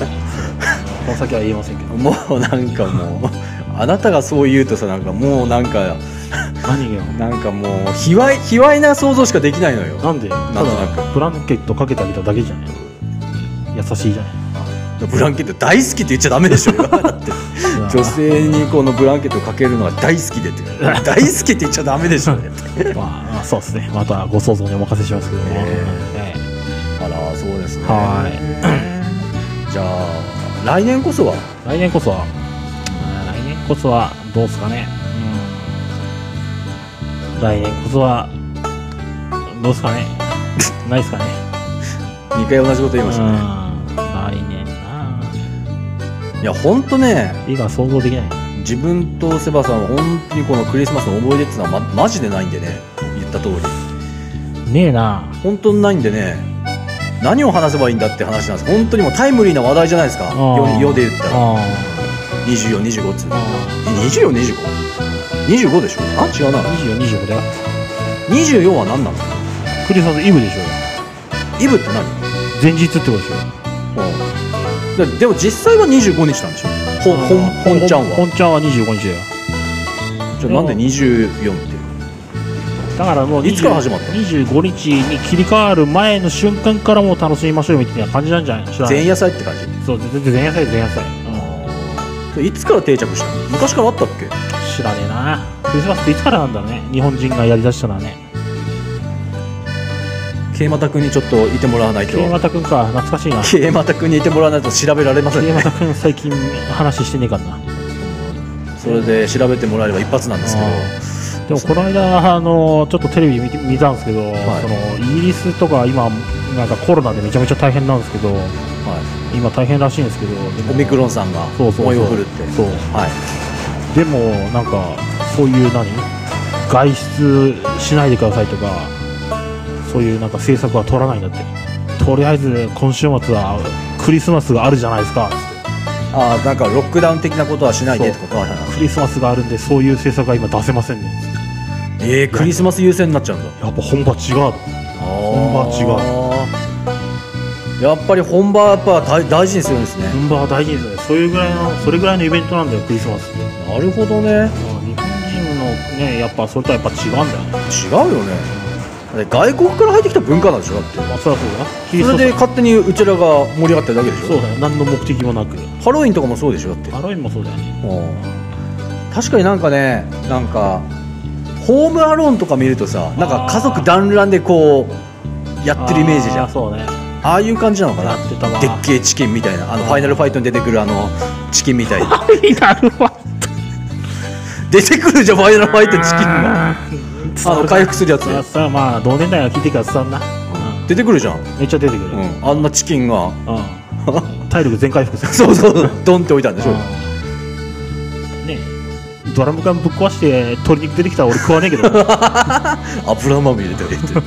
Speaker 1: たんですよこの先は言えませんけど
Speaker 2: もうなんかもうあなたがそう言うとさなんかもうなんか
Speaker 1: 何が
Speaker 2: なんかもう卑猥卑猥な想像しかできないのよ
Speaker 1: なんでた
Speaker 2: となく
Speaker 1: だブランケットかけてあげただけじゃない優しいじゃない
Speaker 2: ブランケット大好きって言っちゃダメでしょだって女性にこのブランケットをかけるのは大好きでって大好きって言っちゃダメでしょね
Speaker 1: まあ、そうですね。またご想像にお任せしますけども。
Speaker 2: え
Speaker 1: ええ
Speaker 2: あらそうですね
Speaker 1: は
Speaker 2: じゃあ来年こそは
Speaker 1: 来年こそは、うん来年こそはどうですかね。うん来年こそは、どうですかね。ないですかね。
Speaker 2: 2回同じこと言いましたね
Speaker 1: うん来年ない
Speaker 2: やほんとね
Speaker 1: 今想像できない。
Speaker 2: 自分とセバさんは本当にこのクリスマスの思い出っていうのは、ま、マジでないんでね言った通り
Speaker 1: ねえな
Speaker 2: 本当にないんでね何を話せばいいんだって話なんです本当にもうタイムリーな話題じゃないですか
Speaker 1: あー
Speaker 2: 世世で言ったら
Speaker 1: あ
Speaker 2: 2425っつうの
Speaker 1: あ。
Speaker 2: 2425?25 でしょあ違うな
Speaker 1: 24、25だよ。
Speaker 2: 24は何なの
Speaker 1: クリスマスイブでしょ。
Speaker 2: イブって何
Speaker 1: 前日ってことでしょ。
Speaker 2: だでも実際は25日なんでしょほほんほんちゃんは
Speaker 1: 本ちゃんは25日だよ。
Speaker 2: じゃあなんで24って
Speaker 1: だからもう20
Speaker 2: いつから始まったの
Speaker 1: 25日に切り替わる前の瞬間からもう楽しみましょうみたいな感じなんじゃないの知らない
Speaker 2: 前夜祭って感じ
Speaker 1: そう全然前夜祭前夜祭、うん、
Speaker 2: それいつから定着したの昔からあったっけ
Speaker 1: 知らねえなクリスマスっていつからなんだろうね日本人がやりだしたのはね
Speaker 2: 桂又君にちょっといてもらわないと
Speaker 1: 桂又くんか懐かしい な
Speaker 2: 桂又君にいてもらわないと調べられません
Speaker 1: 桂
Speaker 2: ね
Speaker 1: 又くん最近話してねえからな
Speaker 2: それで調べてもらえれば一発なんですけ
Speaker 1: で
Speaker 2: ど
Speaker 1: もこの間あのちょっとテレビ見て見たんですけど、
Speaker 2: い
Speaker 1: そのイギリスとか今なんかコロナでめちゃめちゃ大変なんですけど
Speaker 2: は
Speaker 1: 今大変らしいんですけどで
Speaker 2: い
Speaker 1: も
Speaker 2: オミクロンさんが
Speaker 1: そうそうそう
Speaker 2: 思いを振るって
Speaker 1: そう
Speaker 2: はい
Speaker 1: でもなんかそういう何外出しないでくださいとかそういうなんか政策は取らないんだってとりあえず今週末はクリスマスがあるじゃないですかつって
Speaker 2: ああなんかロックダウン的なことはしないでってことは
Speaker 1: クリスマスがあるんでそういう政策が今出せませんねつって
Speaker 2: ええクリスマス優先になっちゃうんだ
Speaker 1: やっぱ本場違う
Speaker 2: 本
Speaker 1: 場
Speaker 2: 違うやっぱり本場はやっぱ大大事にするんですね、
Speaker 1: 本場は大事ですよねそういうぐらいのそれぐらいのイベントなんだよクリスマスって
Speaker 2: なるほどね
Speaker 1: 日本人のねやっぱそれとはやっぱ違うんだよね
Speaker 2: 違うよねだって外国から入ってきた文化なんでしょだって
Speaker 1: まあそりゃそうだなキリス
Speaker 2: そ
Speaker 1: ト
Speaker 2: れで勝手にうちらが盛り上がってるだけでしょ
Speaker 1: そうだよ何の目的もなく
Speaker 2: ハロウィンとかもそうでしょだって
Speaker 1: ハロウィンもそうだよね
Speaker 2: うん確かになんかねなんかホームアローンとか見るとさなんか家族団らんでこうやってるイメージじゃん
Speaker 1: あそうね
Speaker 2: ああいう感じなのかな
Speaker 1: やってたわ
Speaker 2: でっけえチキンみたいなあの
Speaker 1: うん
Speaker 2: ファイナルファイトに出てくるあのチキンみたいな
Speaker 1: ファイナルファイ
Speaker 2: 出てくるじゃんファイナルファイトチキンが
Speaker 1: ン
Speaker 2: あの回復するやつ
Speaker 1: ささまあ同年代が聞いてから伝わんな、う
Speaker 2: 出てくるじゃん、
Speaker 1: ん、めっちゃ出てくる、
Speaker 2: う
Speaker 1: うん
Speaker 2: ん、あんなチキンが
Speaker 1: 体力全回復する
Speaker 2: そうそうドンって置いたんでし
Speaker 1: う
Speaker 2: ょ
Speaker 1: んねえドラム缶ぶっ壊して鶏肉出てきたら俺食わねえけど
Speaker 2: 油まみれてるって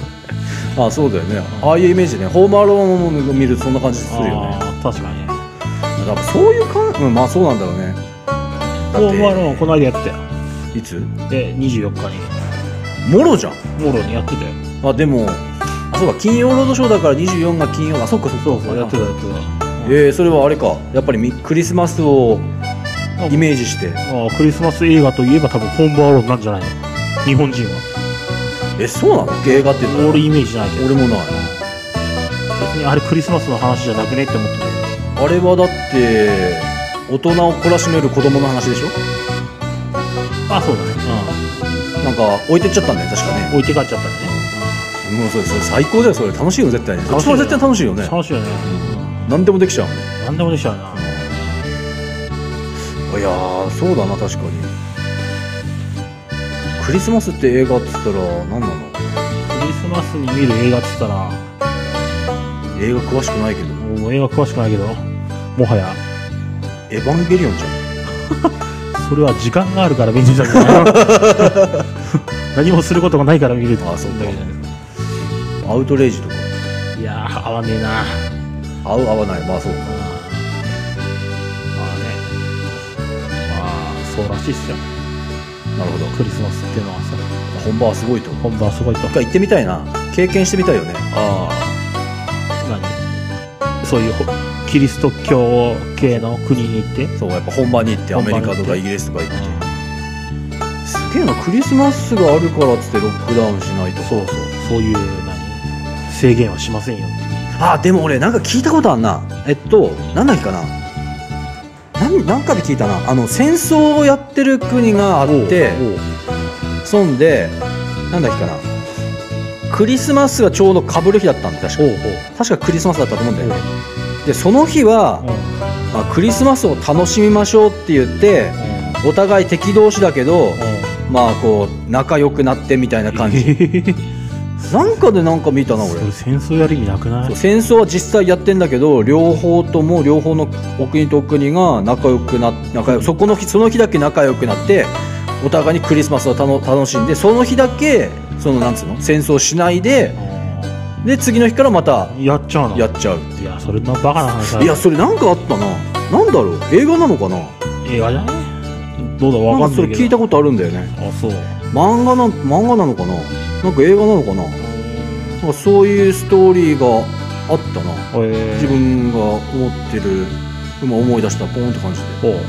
Speaker 2: ああそうだよねああいうイメージねホームアローン見るとそんな感じするよね
Speaker 1: あー確かにね
Speaker 2: だからそういう感うんまあそうなんだろうねだ
Speaker 1: ホームアローン
Speaker 2: っ
Speaker 1: この間やってたよ
Speaker 2: ていつ
Speaker 1: で24日
Speaker 2: もろじゃん
Speaker 1: にモロにやってたよ
Speaker 2: あでもあそうか金曜ロードショーだから24が金曜あそっかそっか
Speaker 1: そうそうやってたやって
Speaker 2: えー、それはあれかやっぱりみクリスマスを
Speaker 1: た
Speaker 2: イメージして
Speaker 1: あクリスマス映画といえば多分ホームアローンなんじゃないの日本人は
Speaker 2: えそうなの映画っていうのは
Speaker 1: 俺イメージないけど
Speaker 2: 俺もない
Speaker 1: 別にあれクリスマスの話じゃなくねって思ってたけど
Speaker 2: あれはだって大人を懲らしめる子供の話でしょ
Speaker 1: あそうだね、
Speaker 2: なんか置いてっちゃったんだよ確か
Speaker 1: う
Speaker 2: ね
Speaker 1: ん、置いて帰っちゃったりね
Speaker 2: もうそれそれ最高だよそれ楽しいよ絶対ねそ
Speaker 1: 楽しいよ
Speaker 2: っちの方が絶対楽しいよね
Speaker 1: 楽しいよね、
Speaker 2: 何でもできちゃうもん
Speaker 1: うん、何でもできちゃうない
Speaker 2: やーそうだな確かにクリスマスって映画っつったら何なの
Speaker 1: クリスマスに見る映画っつったら
Speaker 2: 映画詳しくないけど
Speaker 1: もう映画詳しくないけどもはや
Speaker 2: 「エヴァンゲリオン」じゃ
Speaker 1: それは時間があるから見るんじゃないかな 何もすることがないから見る
Speaker 2: あそうか
Speaker 1: だけじゃない
Speaker 2: んアウトレイジとか
Speaker 1: いやー合わねえな
Speaker 2: 合う合わないまあそう
Speaker 1: うんまあねまあそうらしいっすよ
Speaker 2: なるほど
Speaker 1: クリスマスっていうのはさ
Speaker 2: 本場はすごいと思う
Speaker 1: 本場すごいと
Speaker 2: 一回行ってみたいな経験してみたいよね
Speaker 1: ああ何そういうほキリスト教系の国に行って
Speaker 2: そうやっぱ本場に行ってア
Speaker 1: 本場
Speaker 2: メ
Speaker 1: に行
Speaker 2: リ
Speaker 1: って
Speaker 2: カとかイギリスとか行ってすげえなクリスマスがあるからっつってロックダウンしないと
Speaker 1: そうそうそういう何制限はしませんよっていう
Speaker 2: あでも俺なんか聞いたことあんなえっとなんだっけかななんなんかで聞いたなあの戦争をやってる国があって
Speaker 1: おうおう
Speaker 2: そんでなんだっけかなクリスマスがちょうどかぶる日だったんで確か
Speaker 1: おう
Speaker 2: 確かクリスマスだったと思うんだよね
Speaker 1: おう
Speaker 2: でその日は
Speaker 1: おう、
Speaker 2: まあクリスマスを楽しみましょうって言ってお互い敵同士だけどまあこう仲良くなってみたいな 感じなんかでなんか見たな俺
Speaker 1: それ戦争やる意味なくない
Speaker 2: そう戦争は実際やってんだけど両方とも両方のお国とお国が仲良くな仲良そこの日その日だけ仲良くなってお互いにクリスマスをたの楽しんでその日だけそのなんつうの戦争しないでで次の日からまた
Speaker 1: やっちゃうの
Speaker 2: やっちゃう
Speaker 1: いやそれのバカな話だ
Speaker 2: いやそれなんかあったななんだろう映画なのかな
Speaker 1: 映画じゃねどうだ
Speaker 2: なん
Speaker 1: わ
Speaker 2: か
Speaker 1: かん
Speaker 2: そ
Speaker 1: な
Speaker 2: れ
Speaker 1: いけど
Speaker 2: 聞いたことあるんだよね
Speaker 1: あそう
Speaker 2: 漫画な漫画なのかななんか映画なのかななんかそういうストーリーがあったな
Speaker 1: え
Speaker 2: 自分が思ってる今思い出したポーンって感じで
Speaker 1: おう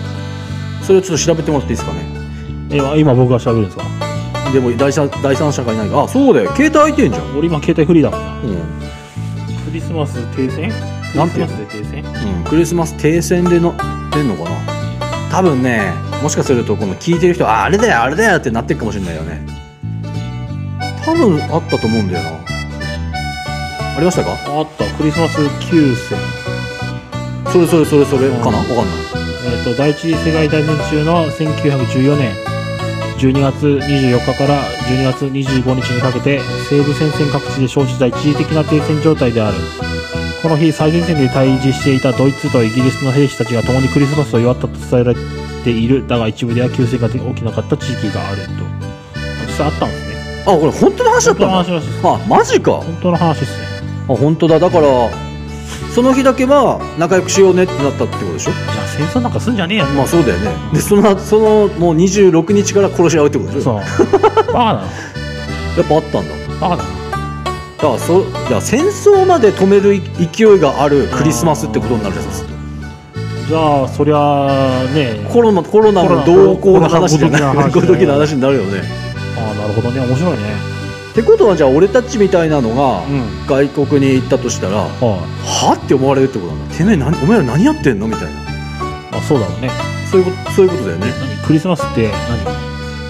Speaker 2: それをちょっと調べてもらっていいですかね
Speaker 1: 今今僕が喋るんですか
Speaker 2: でも第三第三者がいないあそうだよ携帯開いてんじゃん
Speaker 1: 俺今携帯フリーだもんな
Speaker 2: うん、
Speaker 1: クリスマス停戦
Speaker 2: なんて
Speaker 1: ク
Speaker 2: いう
Speaker 1: リスマスで停戦
Speaker 2: うん、クリスマス停戦での出んのかな多分ねもしかするとこの聞いてる人ああれだよあれだよってなってるかもしれないよね多分あったと思うんだよなありましたか
Speaker 1: あったクリスマス休戦
Speaker 2: それそれそれそれ
Speaker 1: うん
Speaker 2: かなわかんない
Speaker 1: えー、と第一次世界大戦中の1914年12月24日から12月25日にかけて西部戦線各地で生じた一時的な停戦状態であるこの日最前線で対峙していたドイツとイギリスの兵士たちが共にクリスマスを祝ったと伝えられているだが一部では休戦が起きなかった地域があると実際あったんですね
Speaker 2: あこれ本当の話だ
Speaker 1: 本当
Speaker 2: った
Speaker 1: の
Speaker 2: の
Speaker 1: 話らしいです
Speaker 2: あマジか
Speaker 1: 本当の話ですね
Speaker 2: あ本当だだからその日だけは仲良くしようねってなったってことでしょ
Speaker 1: じゃあ戦争なんかすんじゃねえよ
Speaker 2: まあそうだよねでそのそのもう26日から殺し合うってことでし
Speaker 1: そう
Speaker 2: ょ
Speaker 1: バカだな
Speaker 2: やっぱあったんだだ
Speaker 1: バカだな
Speaker 2: からそだから戦争まで止める勢いがあるクリスマスってことになるじゃないですか
Speaker 1: じゃあそりゃあね
Speaker 2: コロナコロナの動向の話じゃ
Speaker 1: コロナ
Speaker 2: ない
Speaker 1: のご
Speaker 2: ご
Speaker 1: と
Speaker 2: と
Speaker 1: き
Speaker 2: き
Speaker 1: な
Speaker 2: の
Speaker 1: 話
Speaker 2: 話になるよね
Speaker 1: ああなるほどね面白いね
Speaker 2: ってことはじゃあ俺たちみたいなのが
Speaker 1: うん
Speaker 2: 外国に行ったとしたらは
Speaker 1: は
Speaker 2: って思われるってことなんだてめえ何お前ら何やってんのみたいない
Speaker 1: あそうだろうね
Speaker 2: そういうことそういうことだよね
Speaker 1: 何クリスマスって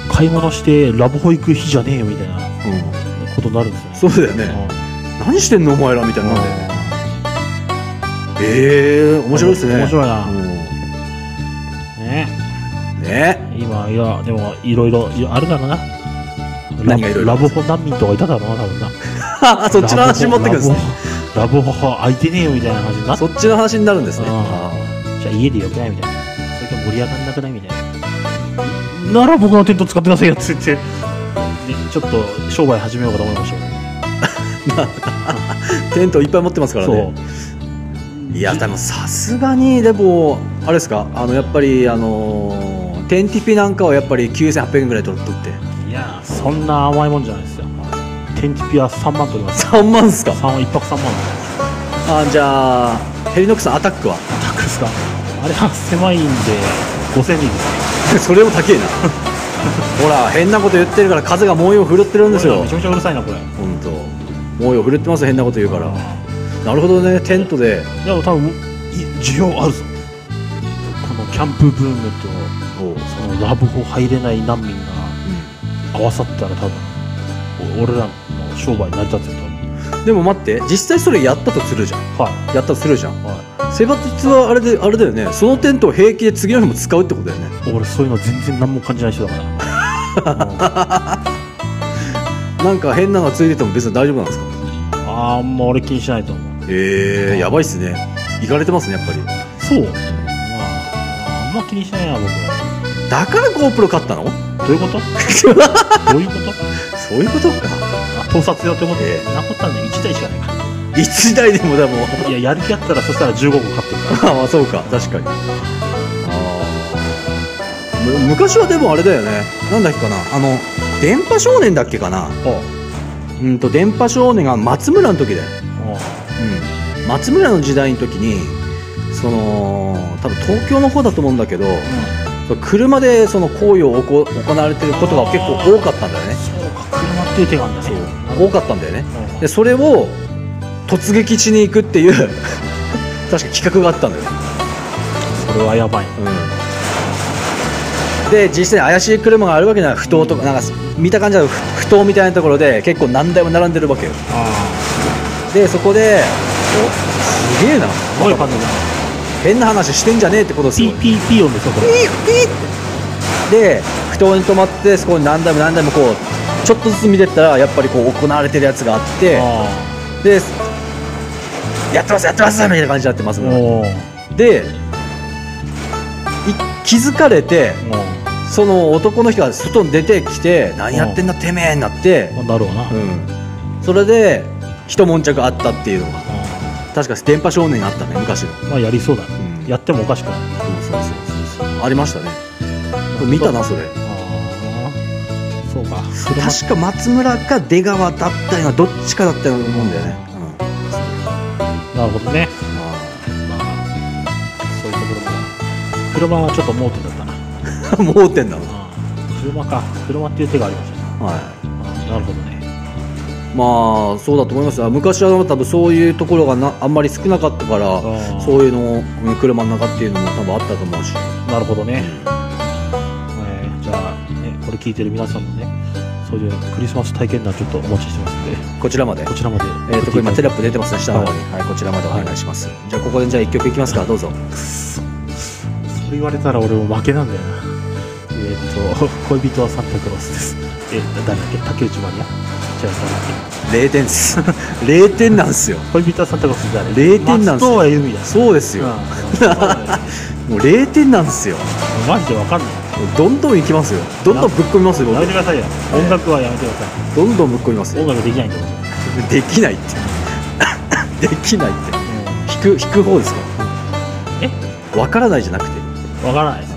Speaker 1: 何買い物してラブホ行く日じゃねえよみたいな
Speaker 2: うん
Speaker 1: ことになるんですよね
Speaker 2: そうだよね何してんのお前らみたい
Speaker 1: うん
Speaker 2: なええー、面白いですね
Speaker 1: 面白いな、
Speaker 2: うん
Speaker 1: ね
Speaker 2: ね
Speaker 1: 今いやでもいろいろいやあるだろうな
Speaker 2: 何が色々
Speaker 1: ラブホ難民とかいただろうな多分な
Speaker 2: あそっちの話持ってくるんですね
Speaker 1: ラブホラブホ空いてねえよみたいな話になっ
Speaker 2: そっちの話になるんですね
Speaker 1: うん
Speaker 2: あ
Speaker 1: じゃあ家でよくないみたいなそれから盛り上がんなくないみたいななら僕のテント使ってくださいよって言ってでちょっと商売始めようかと思いましょう
Speaker 2: ーテントいっぱい持ってますから
Speaker 1: そう
Speaker 2: ねいやでもさすがにでもあれですかあのやっぱりあのーテンティピなんかはやっぱり9800円ぐらい取っとって
Speaker 1: いやそんな甘いもんじゃないですよ天地ピア3万取ります
Speaker 2: 3万っすか
Speaker 1: 3は1泊3万
Speaker 2: あじゃあヘリノックさんアタックは
Speaker 1: タックですかあれは狭いんで5000人です
Speaker 2: それも高いな ほら変なこと言ってるから風が猛威を振るってるんです
Speaker 1: これ
Speaker 2: よ
Speaker 1: めちゃめちゃうるさいなこれ
Speaker 2: 本当猛威を振るってますよ変なこと言うからなるほどねテントで
Speaker 1: でも多分い需要あるぞこのキャンプブームと
Speaker 2: おう
Speaker 1: そのラブホ入れない難民が合わさったら多分お俺らの商売成り立つよ
Speaker 2: でも待って実際それやったとするじゃん
Speaker 1: とはい
Speaker 2: やったとするじゃん
Speaker 1: は
Speaker 2: セバテツはあれであれだよねそのテントを平気で次の日も使うってことだよね
Speaker 1: い俺そういうの全然何も感じない人だから、うん
Speaker 2: なんか変なのがついてても別に大丈夫なんですか
Speaker 1: あんま俺気にしないと思う
Speaker 2: ええやばいっすね行かれてますねやっぱり
Speaker 1: そうまああんま気にしないな僕は
Speaker 2: だから GoPro 買った の
Speaker 1: どういうことどういうこと
Speaker 2: そういうことか
Speaker 1: あ盗撮用って思って、
Speaker 2: え
Speaker 1: なこったんで1台しかないか
Speaker 2: 1台でもでも
Speaker 1: いややる気あったらそしたら15個買ってるか
Speaker 2: ああそうか確かにああむ昔はでもあれだよねなんだっけかなあの電波少年だっけかな
Speaker 1: おう
Speaker 2: うんと電波少年が松村の時だよ、
Speaker 1: おう
Speaker 2: うん、松村の時代の時にその多分東京の方だと思うんだけどその車でその行為を行行われてることが結構多かったんだよね
Speaker 1: そうか車っていう手があるんだね
Speaker 2: 多かったんだよね
Speaker 1: うん
Speaker 2: でそれを突撃しに行くっていう 確か企画があったんだよ、
Speaker 1: それはやばい
Speaker 2: うん、で実際に怪しい車があるわけじゃない不当とかなんか見た感じだと不不当みたいなところで結構何台も並んでるわけよ
Speaker 1: あ
Speaker 2: でそこでおすげえな
Speaker 1: あすごい感じだ
Speaker 2: 変な話してんじゃねえってことですよ
Speaker 1: PPP 音ですよこれ
Speaker 2: で不当に止まってそこに何台も何台もこうちょっとずつ見てったらやっぱりこう行われてるやつがあって
Speaker 1: あ
Speaker 2: でやってますやってますみたいな感じになってます
Speaker 1: あ
Speaker 2: もん
Speaker 1: おうおう
Speaker 2: でい気づかれてその男の人が外に出てきて何やってんだてめえになって
Speaker 1: ま、あだろうな、
Speaker 2: うん、それで一悶着あったっていうのが
Speaker 1: あ
Speaker 2: 確か電波少年があったね昔の、
Speaker 1: あまあやりそうだね
Speaker 2: うん
Speaker 1: やってもおかしくない
Speaker 2: そうそうそうそうありましたねこれ見たなそれ
Speaker 1: ああそうか車
Speaker 2: 確か松村か出川だったようなどっちかだったようなと思うんだよね、うん
Speaker 1: なるほどねまあそういうところも車はちょっと盲点だったな
Speaker 2: あー盲点だな、
Speaker 1: ああ車か車っていう手がありましたね
Speaker 2: はい
Speaker 1: ああなるほどね
Speaker 2: まあそうだと思いますあ昔は多分そういうところがなあんまり少なかったから
Speaker 1: あ
Speaker 2: そういうのうん車の中っていうのも多分あったと思うし、
Speaker 1: なるほどね、えーじゃあ、ね、これ聞いてる皆さんもねそういうクリスマス体験談ちょっとお待ちしてますんで
Speaker 2: こちらまで
Speaker 1: こちらまで
Speaker 2: えー、とこれ今テ
Speaker 1: ラ
Speaker 2: ラップ出てますね下の方に、はいこちらまでお願いします、じゃあここでじゃあ1曲いきますかどうぞ
Speaker 1: それ言われたら俺も負けなんだよなえーっ、と「恋人はサンタクロース」ですえー誰だっけ竹内まりや違う誰だっ
Speaker 2: 0点です 0点なんすよ
Speaker 1: け恋人はサンタクロース誰
Speaker 2: 0点なんすよ
Speaker 1: 松任谷由実だ
Speaker 2: そうですよ、
Speaker 1: う
Speaker 2: もう0点なんす
Speaker 1: ん
Speaker 2: よ
Speaker 1: マジでわかんない
Speaker 2: どんどんいきますよどんどんぶっ込みますよ
Speaker 1: やめてくださいよ
Speaker 2: え
Speaker 1: 音楽はやめてくださ
Speaker 2: どんどんぶっ込みます
Speaker 1: い
Speaker 2: よ
Speaker 1: 音楽できないんだもん
Speaker 2: できないって できないって引く引く方ですかえわからないじゃなくて
Speaker 1: わからないですね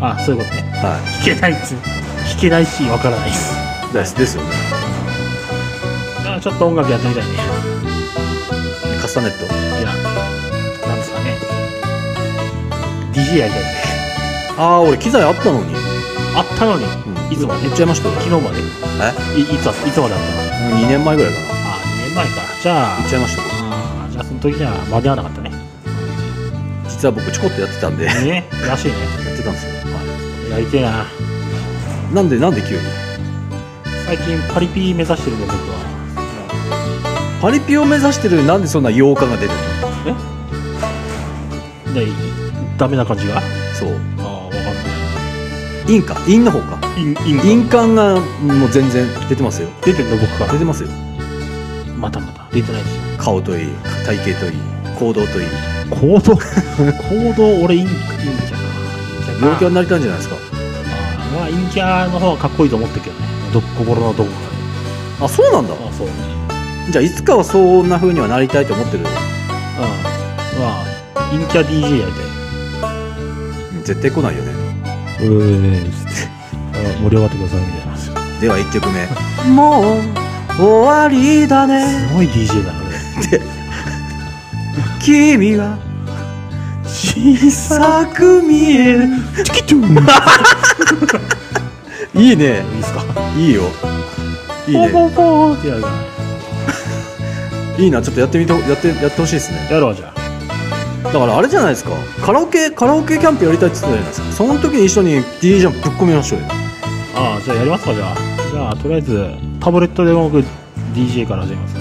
Speaker 1: あそういうことね
Speaker 2: は
Speaker 1: 弾けないっす弾けないしわからないっす
Speaker 2: いですですよね
Speaker 1: あちょっと音楽やってみたいね
Speaker 2: カスタネット
Speaker 1: いや、なんですかね。DJ やりたいね。
Speaker 2: ああ俺機材あったのに、
Speaker 1: あったのに、いつまで
Speaker 2: 言っちゃいましたよ
Speaker 1: 昨日まで。
Speaker 2: え
Speaker 1: いいつはいつまであったの
Speaker 2: 2年前ぐらいかな
Speaker 1: あ、2年前か。じゃあ
Speaker 2: 言っ、ちゃいましたよ
Speaker 1: あーじゃあその時には間に合わなかったね。
Speaker 2: 実は僕ちょこっとやってたんでやっ
Speaker 1: ね、らしいね。
Speaker 2: てたんですよ、は
Speaker 1: やりてえな。
Speaker 2: い、なんでなんで急に
Speaker 1: 最近パリピ目指してるんで僕は。
Speaker 2: パリピを目指してるなんでそんな洋歌が出てる
Speaker 1: で、ダメな感じがあ
Speaker 2: のそう
Speaker 1: あー、わかんない。
Speaker 2: 陰か陰の方か
Speaker 1: イン、イ
Speaker 2: 陰感がもう全然出てますよ
Speaker 1: 出てんの僕か
Speaker 2: 出てますよ
Speaker 1: ら。またまた。出てないですよ。
Speaker 2: 顔といい体型といい行動といい
Speaker 1: 行動行動、俺イン、インキャな。
Speaker 2: 陽キャになりたいんじゃないですか
Speaker 1: あーまあ陰キャの方がかっこいいと思ってるけどねど心のどこか
Speaker 2: あそうなんだ
Speaker 1: であそううん
Speaker 2: じゃあいつかはそんな風にはなりたいと思ってる
Speaker 1: まあ陰キャ DJ やり
Speaker 2: うん絶対来ないよね
Speaker 1: たいうん盛り上がってくださいみたいなす
Speaker 2: では1曲目 もう終わりだね
Speaker 1: ごい DJ だな俺
Speaker 2: 君が
Speaker 1: 小さ
Speaker 2: く見える
Speaker 1: チキチュン
Speaker 2: いい
Speaker 1: い
Speaker 2: ね
Speaker 1: いっすか
Speaker 2: いいよいいね
Speaker 1: ポンポンポンってやるから
Speaker 2: いいなちょっとやってみてやってやってほしいですね
Speaker 1: やろうじゃあ
Speaker 2: だからあれじゃないですかカラオケカラオケキャンプやりたいって言ってたじゃないですかその時に一緒に DJ ジャンぶっ込みましょうよ
Speaker 1: ああじゃあやりますかじゃあじゃあとりあえずタブレットで音楽 DJ から始めますね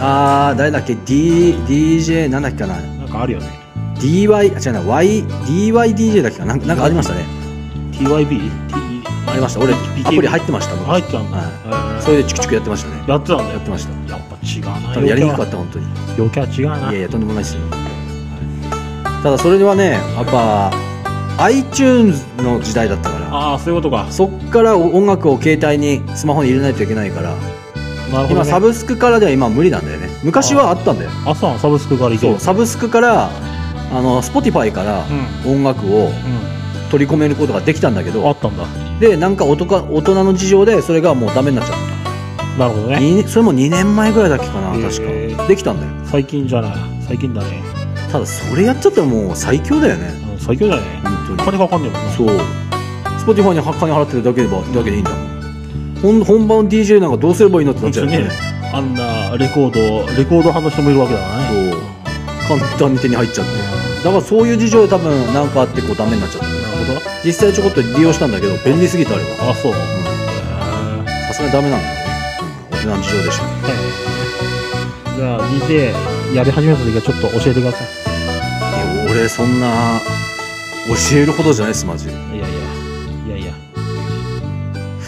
Speaker 2: あー誰だっけ D DJ なんだっけかな
Speaker 1: なんかあるよね
Speaker 2: DY あ違うな YDYDJ だっけかななんかなんかありましたね
Speaker 1: TYB?
Speaker 2: ありました俺アプリ入ってました僕
Speaker 1: 入ってたんだ、
Speaker 2: はい
Speaker 1: えー
Speaker 2: それでチクチクやってましたね
Speaker 1: やってたんだ
Speaker 2: やってました
Speaker 1: やっぱ違うな
Speaker 2: 多分やりにくか
Speaker 1: っ
Speaker 2: った本当に
Speaker 1: た陽キャは違うない
Speaker 2: やいやとんでもないですよただそれではねやっぱ iTunes の時代だったから
Speaker 1: ああそういうことか
Speaker 2: そっから音楽を携帯にスマホに入れないといけないから
Speaker 1: なるほど、
Speaker 2: 今
Speaker 1: ね、
Speaker 2: サブスクからでは今無理なんだよね昔はあったんだよ
Speaker 1: あそうなのサブスクからいけ
Speaker 2: そ
Speaker 1: る
Speaker 2: うサブスクからあの Spotify から
Speaker 1: うん
Speaker 2: 音楽を
Speaker 1: う
Speaker 2: 取り込めることができたんだけ
Speaker 1: んあ
Speaker 2: ど
Speaker 1: ったんだ
Speaker 2: でなんか大人大人の事情でそれがもうダメになっちゃった
Speaker 1: なるほどね。
Speaker 2: にそれも2年前ぐらいだっけかな確か、
Speaker 1: へー
Speaker 2: できたんだよ
Speaker 1: 最近じゃない。最近だね。
Speaker 2: ただそれやっちゃったらもう最強だよね
Speaker 1: うん、最強だね。
Speaker 2: 本当に
Speaker 1: 金がかかんねえもんな。
Speaker 2: そう Spotify に金払ってるだけでばだけでいいんだもん本本場の DJ なんかどうすればいいのってなっ
Speaker 1: 別
Speaker 2: ちゃう
Speaker 1: に
Speaker 2: よ
Speaker 1: ね、あんなレコード、レコード派の人もいるわけだからね。
Speaker 2: そう簡単に手に入っちゃってだからそういう事情で多分何かあってこうダメになっちゃった
Speaker 1: なるほ
Speaker 2: 実際ちょこっと利用したんだけど便利すぎてあれは
Speaker 1: ど。あ、そう。へ
Speaker 2: さすがにダメなんだよねうん大人の事情でしたね
Speaker 1: ーじゃあ、DJ やり始めた時はちょっと教えてくださ
Speaker 2: いや俺そんな教えるほどじゃないですマジで
Speaker 1: い。いやいや。いやいや。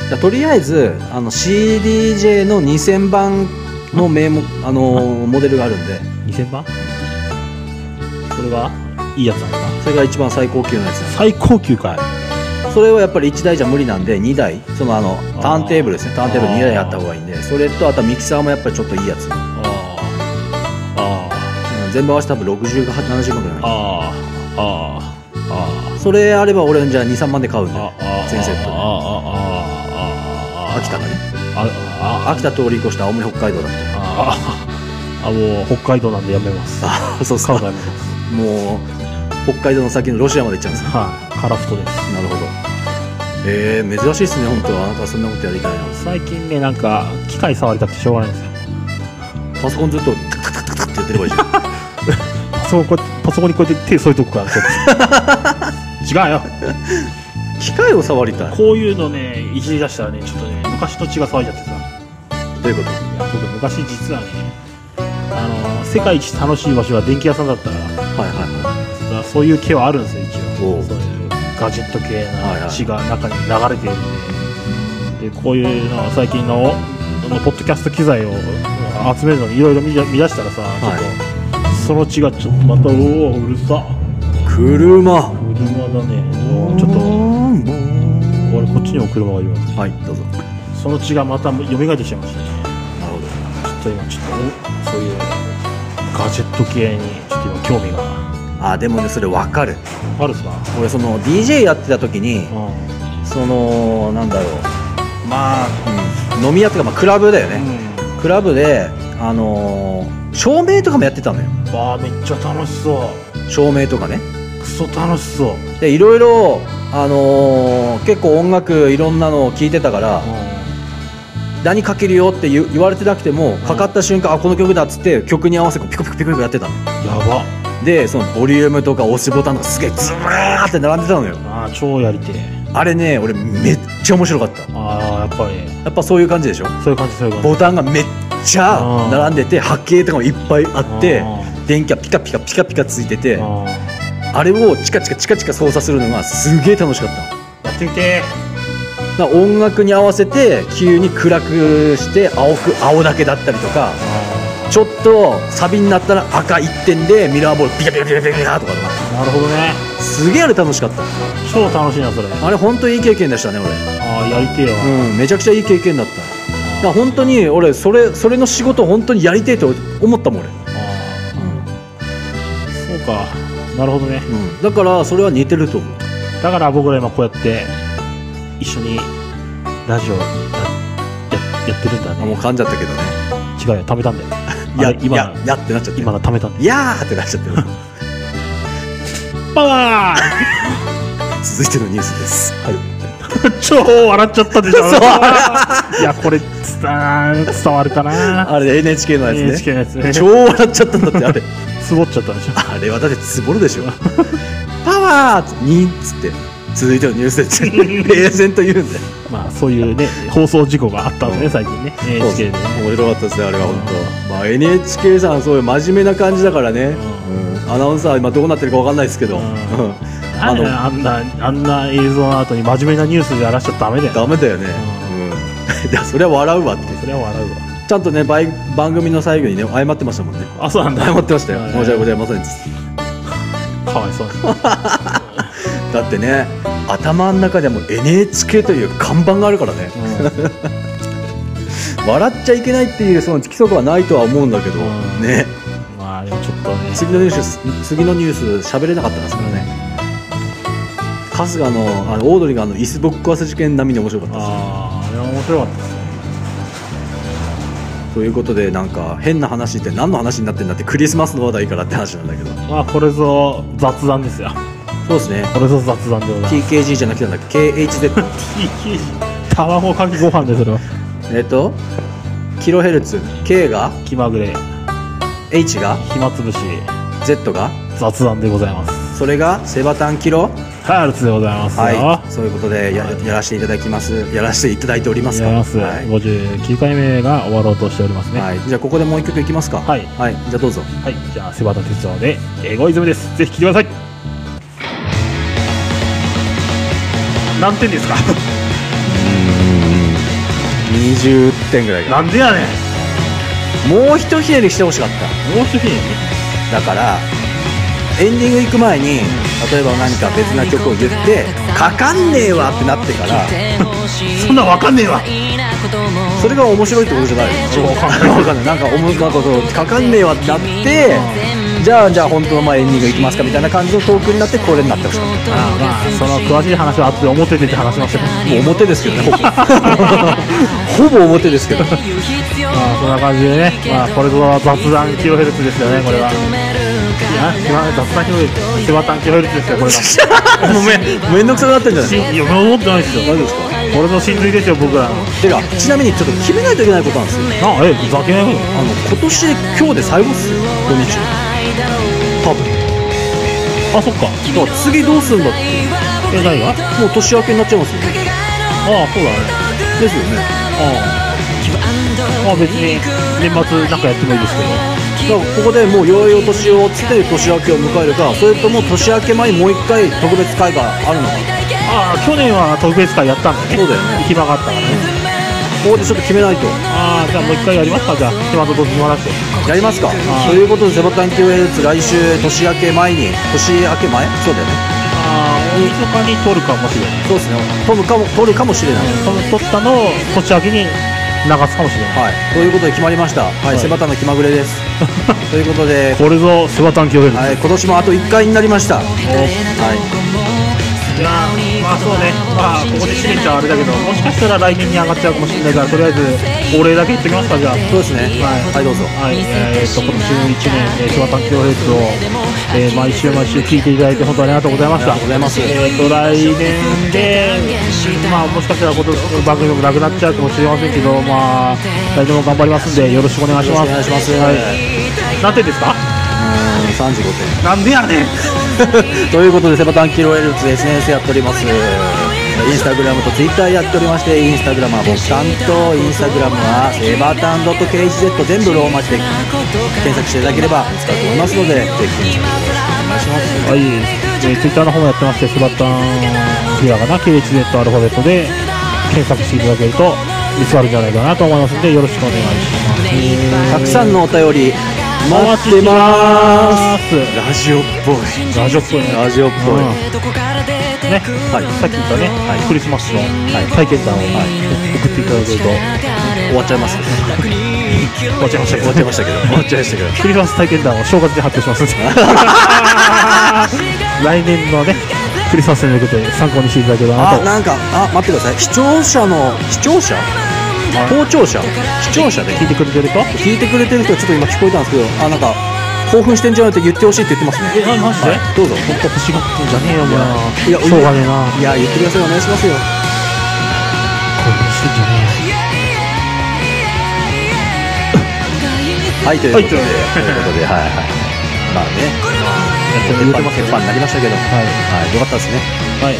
Speaker 2: じゃあとりあえずあの CDJ の2000番の名目あのーモデルがあるんで
Speaker 1: 2000番それはいいやつなんだ。
Speaker 2: それが一番最高級のやつなんで
Speaker 1: 最高級かい。
Speaker 2: それはやっぱり1台じゃ無理なんで2台そのあのターンテーブルですねターンテーブル2台あった方がいいんでそれとあとはミキサーもやっぱりちょっといいやつ、う
Speaker 1: ああ。ああ。
Speaker 2: ん全部合わせて多分60か70万ぐらいなんで
Speaker 1: ああああ
Speaker 2: それあれば俺じゃあ23万で買うんで
Speaker 1: ああ
Speaker 2: 全セ
Speaker 1: あ
Speaker 2: ットで
Speaker 1: ああああああ
Speaker 2: 秋田がね
Speaker 1: ああああ
Speaker 2: 秋田通り越して青森北海道だった
Speaker 1: ああもう北海道なんでやめます
Speaker 2: あ そうっす
Speaker 1: 買う
Speaker 2: か
Speaker 1: のやめます
Speaker 2: もう北海道の先のロシアまで行っちゃうんですね
Speaker 1: はいカラフトです
Speaker 2: なるほどえー、珍しいですね本当はあなたはそんなことやりたいな
Speaker 1: 最近ねなんか機械触りたくてしょうがないんですよ
Speaker 2: パソコンずっとカカカカカってやってればいいじゃん
Speaker 1: パソコンこうやってパソコンにこうやって手添えとくからちょ っと違うよ
Speaker 2: 機械を触りたい
Speaker 1: こういうのねいじり出したらねちょっとね昔と血が騒いじゃってさ
Speaker 2: どういうこと
Speaker 1: いや僕昔実はねあの世界一楽しい場所は電気屋さんだったから
Speaker 2: はいはいは
Speaker 1: だからそういう系はあるんですよ一
Speaker 2: お
Speaker 1: 応
Speaker 2: う
Speaker 1: そういうガジェット系
Speaker 2: はいは
Speaker 1: ない血が中に流れているんで,、でこういうの最近のこのポッドキャスト機材を集めるのにいろいろ見出見出したらさ、
Speaker 2: い
Speaker 1: ちょっとその血がちょっとまたおおうるさ
Speaker 2: い車
Speaker 1: 車だねちょっと俺こっちにも車がいるわ
Speaker 2: はいどうぞ
Speaker 1: その血がまた蘇ってきちゃいましたね
Speaker 2: なるほど
Speaker 1: ちょっと今ちょっとそういうガジェット系にちょっと今興味が
Speaker 2: あでもねそれ分かる
Speaker 1: あるっすな
Speaker 2: 俺その DJ やってた時に
Speaker 1: うん
Speaker 2: そのなんだろうまあ、うん飲み屋っていうか、まあ、クラブだよね、クラブであのー照明とかもやってたのよ
Speaker 1: わあめっちゃ楽しそう
Speaker 2: 照明とかね
Speaker 1: クソ楽しそう
Speaker 2: でいろいろあのー結構音楽いろんなのを聞いてたから、何かけるよって言う言われてなくてもかかった瞬間、あこの曲だっつって曲に合わせてこうピコピコピコピコやってたの
Speaker 1: やば
Speaker 2: でそのボリュームとか押しボタンとかすげえズラーって並んでたのよ
Speaker 1: ああ超やりてえ
Speaker 2: あれね俺めっちゃ面白かったや
Speaker 1: ああやっぱり
Speaker 2: っぱそういう感じでしょ
Speaker 1: そういう感じそういう感じ
Speaker 2: ボタンがめっちゃ並んでて波形とかもいっぱいあって
Speaker 1: あ
Speaker 2: 電気がピカピカピカピカついてて
Speaker 1: あ
Speaker 2: あれをチカチカチカチカ操作するのがすげえ楽しかったの
Speaker 1: ーやってみて
Speaker 2: だから音楽に合わせて急に暗くして青く青だけだったりとか
Speaker 1: ーあ
Speaker 2: ちょっとサビになったら赤1点でミラーボールピカピカピカピカピカとかとか
Speaker 1: ーなるほどね
Speaker 2: すげえあれ楽しかった
Speaker 1: 超楽しいなそれあ
Speaker 2: あれ本当いい経験でしたね俺
Speaker 1: あーやりてえわ、
Speaker 2: うんめちゃくちゃいい経験だっただから
Speaker 1: あー
Speaker 2: 本当に俺それそれの仕事本当にやりてえと思ったもん俺、
Speaker 1: あ
Speaker 2: う
Speaker 1: ーそうかなるほどね
Speaker 2: んだからそれは似てると思う
Speaker 1: だから僕ら今こうやって一緒にラジオやややってるんだ
Speaker 2: あもう
Speaker 1: ね
Speaker 2: 噛んじゃったけどね
Speaker 1: 違うよ貯めたんだよ
Speaker 2: いや
Speaker 1: あれ今
Speaker 2: ややってなっちゃって
Speaker 1: 今の貯めたんだよ
Speaker 2: いやーってなっち ゃってる
Speaker 1: パワー
Speaker 2: 続いてのニュースですはい
Speaker 1: 超笑っちゃったでしょ
Speaker 2: そう
Speaker 1: いやこれ伝わ伝わるかな
Speaker 2: あ れ NHK のやつね
Speaker 1: NHK のやつね
Speaker 2: 超笑っちゃったんだってあれ
Speaker 1: つぼっちゃったでしょ
Speaker 2: あれはだってつぼるでしょパワーにっつって続いてのニュースで平然と言うんだよ
Speaker 1: まあそういうね放送事故があったの
Speaker 2: う
Speaker 1: ね
Speaker 2: ん
Speaker 1: 最近ね NHK でね
Speaker 2: 面白かったですねあれは本当。まあ NHK さんはそういう真面目な感じだからね、
Speaker 1: うん
Speaker 2: うんアナウンサーは今どうなってるかわかんないですけど、
Speaker 1: う
Speaker 2: うんん
Speaker 1: あ
Speaker 2: あの
Speaker 1: あんなあんな映像の後に真面目なニュースでやらしちゃダメだよ
Speaker 2: ダメだよね、うんいやそれは笑うわって
Speaker 1: それは笑うわ
Speaker 2: ちゃんとね番番組の最後にね謝ってましたもんね
Speaker 1: あそうなんだ
Speaker 2: 謝ってましたよ
Speaker 1: はい
Speaker 2: 申し訳ございませんです
Speaker 1: かわい そうに
Speaker 2: だってね頭の中でも NHK という看板があるからね
Speaker 1: うん
Speaker 2: 笑っちゃいけないっていうその規則はないとは思うんだけど、
Speaker 1: うん
Speaker 2: ね
Speaker 1: まあでもちょっとね
Speaker 2: 次のニュース次のニュース喋れなかったんですからね春日のあのオードリーがあの椅子ぶっ壊す事件並みに面白かったです
Speaker 1: あああれは面白かったですね
Speaker 2: ということでなんか変な話って何の話になってんだってクリスマスの話題からって話なんだけど
Speaker 1: まあこれぞ雑談ですよ
Speaker 2: そうですね
Speaker 1: これぞ雑談でございます
Speaker 2: TKG じゃなくてなんだっけ KHZ
Speaker 1: 卵かけご飯でそれは
Speaker 2: えっとキロヘルツ K が
Speaker 1: 気まぐれ
Speaker 2: H が
Speaker 1: 暇つぶし
Speaker 2: Z が
Speaker 1: 雑談でございます
Speaker 2: それがセバタンキロ
Speaker 1: ハールツでございますよ、
Speaker 2: はいそういうことでややらせていただきますやらせていただいておりますか
Speaker 1: やります、
Speaker 2: はい
Speaker 1: 59回目が終わろうとしておりますね
Speaker 2: はい、じゃあここでもう一曲いきますか
Speaker 1: はい
Speaker 2: はい、じゃあどうぞ
Speaker 1: はい、じゃあセバタ鉄道でエゴイズムですぜひ聴いてください何点ですか
Speaker 2: 20点ぐらい
Speaker 1: なんでやねん
Speaker 2: もう一ひねりしてほしかっ
Speaker 1: もう一品
Speaker 2: ただからエンディング行く前に例えば何か別な曲を言って「かかんねえわ」ってなってから
Speaker 1: そんなんわかんねえわ
Speaker 2: それが面白いってことじゃない
Speaker 1: うんわかんない
Speaker 2: わかんないなんか思うなんかそうかかんねえわってなってじゃあじゃあ本当のまあエンディングいきますかみたいな感じのトークになってこれになってほしかった
Speaker 1: ああまあその詳しい話は後で表出て話しましょう
Speaker 2: もう表ですけどねほぼほぼ表ですけ ど
Speaker 1: まあそんな感じでね、まあ、これぞ雑談キロヘルツですよねこれは。あ、違う雑談キロヘルツ、セバタンキロヘルツですよこ れが。
Speaker 2: もうめ めんどくさくなってんじゃない
Speaker 1: いや思ってないですよ。
Speaker 2: 大丈夫ですか
Speaker 1: これの真髄ですよ僕らの。
Speaker 2: てかちなみにちょっと決めないといけないことなんですよ
Speaker 1: なあえふざけないこと。
Speaker 2: あの今年今日で最後っすよ土日多分
Speaker 1: あそっか。
Speaker 2: だから次どうするんだって
Speaker 1: え何が？あ
Speaker 2: もう年明けになっちゃいますよ
Speaker 1: あそうだね。
Speaker 2: ですよね
Speaker 1: ああまあ別に年末なんかやってもいいですけど。
Speaker 2: だからここでもうよいお年をつって年明けを迎えるかそれとも年明け前にもう一回特別会があるのか
Speaker 1: ああ去年は特別会やったんだね。
Speaker 2: そうだよね
Speaker 1: 行き場があったからね。
Speaker 2: ここでちょっと決めないと
Speaker 1: ああじゃあもう一回やりますかじゃあ暇と年らして。
Speaker 2: やりますかということでセバタンキューヘルツ来週年明け前に年明け前そうだよね
Speaker 1: ああ大晦日に撮るかもしれない。
Speaker 2: そうですね取るかも取るかもしれない
Speaker 1: その取ったのを年明けに流すかもしれない。
Speaker 2: はいということで決まりましたはい、
Speaker 1: はい
Speaker 2: セバタンの気まぐれ ですということで、
Speaker 1: これぞセバタンキョウヘル
Speaker 2: はい、今年もあと1回になりましたはい
Speaker 1: いやーまあそうねまあここで締めちゃあれだけどもしかしたら来年に上がっちゃうかもしれないからとりあえずお礼だけ言っときますかじゃあ
Speaker 2: そうですね
Speaker 1: はい
Speaker 2: はいどうぞ
Speaker 1: はいえー、っと今年の1年、えー、セバタンキョウヘルツを、えー、毎週毎週聞いていただいて本当にありがとうございました
Speaker 2: ありがとうございます
Speaker 1: えー、っと来年でまあもしかしたら今年番組もなくなっちゃうかもしれませんけどまあ来年も頑張りますんでよろしくお願いします
Speaker 2: よろしくお願いします
Speaker 1: はい、なんてですか
Speaker 2: うーん35点
Speaker 1: なんでやねん
Speaker 2: ということで、セバタンキロエルツ SNS やっております。インスタグラムとツイッターやっておりまして、インスタグラムは僕担当、インスタグラムはセバタン .khz 全部ローマ字で検索していただければ使うと思いますので、ぜひお願いします。
Speaker 1: はい、えー、ツイッターの方もやってまして、スバタンひらがな、KHZ アルファベットで検索していただけると見つかるんじゃないかなと思いますので、よろしくお願いします。
Speaker 2: たくさんのお便り、
Speaker 1: お
Speaker 2: 待
Speaker 1: 待ち
Speaker 2: って
Speaker 1: してま。
Speaker 2: ますす。ラジオっぽい。
Speaker 1: ラジオっぽいね。
Speaker 2: ラジオっぽい。
Speaker 1: うんね、
Speaker 2: はい
Speaker 1: さっき言ったね、
Speaker 2: はい
Speaker 1: クリスマスの、体験談を、送っていただけると、
Speaker 2: 終わっちゃいます。
Speaker 1: 終わっちゃいましたけど
Speaker 2: 終わっちゃいましたけど。終わっちゃいましたけど。
Speaker 1: クリスマス体験談を正月で発表しますんで 来年のね、クリスマスに向けて参考にしていただければな
Speaker 2: あ、
Speaker 1: と。
Speaker 2: なんか、あ、待ってください。視聴者の、視聴者傍聴者視聴者で
Speaker 1: 聞いてくれてると
Speaker 2: 聞いてくれてる人はちょっと今聞こえたんですけどあなんか興奮してんじゃないって言ってほしいって言ってますね
Speaker 1: なマジで
Speaker 2: どうぞ
Speaker 1: 本当欲しがってんじゃねえよお前
Speaker 2: いや
Speaker 1: しょうがねえない
Speaker 2: や言ってくださいお願いしますよ
Speaker 1: 興奮してんじゃねえよ
Speaker 2: はいということで、
Speaker 1: はい
Speaker 2: ということではいはいまあね
Speaker 1: やって
Speaker 2: 鉄
Speaker 1: 言うて
Speaker 2: 板
Speaker 1: ます
Speaker 2: 鉄
Speaker 1: よ
Speaker 2: 板になりましたけど
Speaker 1: はい
Speaker 2: はいよかったですね
Speaker 1: はい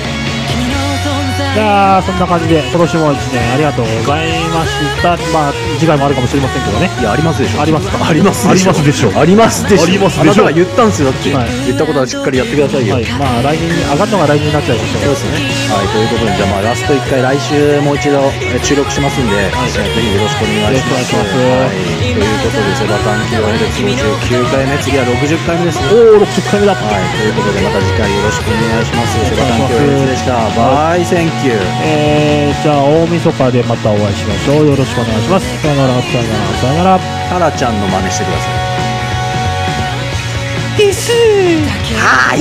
Speaker 1: じゃあそんな感じで今年も1年ありがとうございましたまあ次回もあるかもしれませんけどね
Speaker 2: いやありますでしょ
Speaker 1: ありますか
Speaker 2: ありますでしょ
Speaker 1: ありますでしょ
Speaker 2: ありますでしょ
Speaker 1: ありますでしょ
Speaker 2: あなたが言ったんですよだって、
Speaker 1: はい
Speaker 2: 言ったことはしっかりやってくださいよ、
Speaker 1: はいまあ来年に上がるのが来年になっちゃいましたけど
Speaker 2: そうですね。はい、ということで、じゃあ、まあ、ラスト1回、来週もう一度えー収録しますんで、えーぜひよろしくお願いします。
Speaker 1: よろしくお
Speaker 2: は
Speaker 1: 願
Speaker 2: い、ということで、セバタンキロエルツ59回目、次は60回目ですね。
Speaker 1: おお60回目だ
Speaker 2: はい、ということで、また次回よろしくお願いします。セバタンキロエルツでした。バイ、センキュー。
Speaker 1: えー、じゃあ大晦日でまたお会いしましょうよろしくお願いしますさよならさよならさよなら
Speaker 2: タラちゃんの真似してくださ
Speaker 3: は
Speaker 2: い。
Speaker 3: い。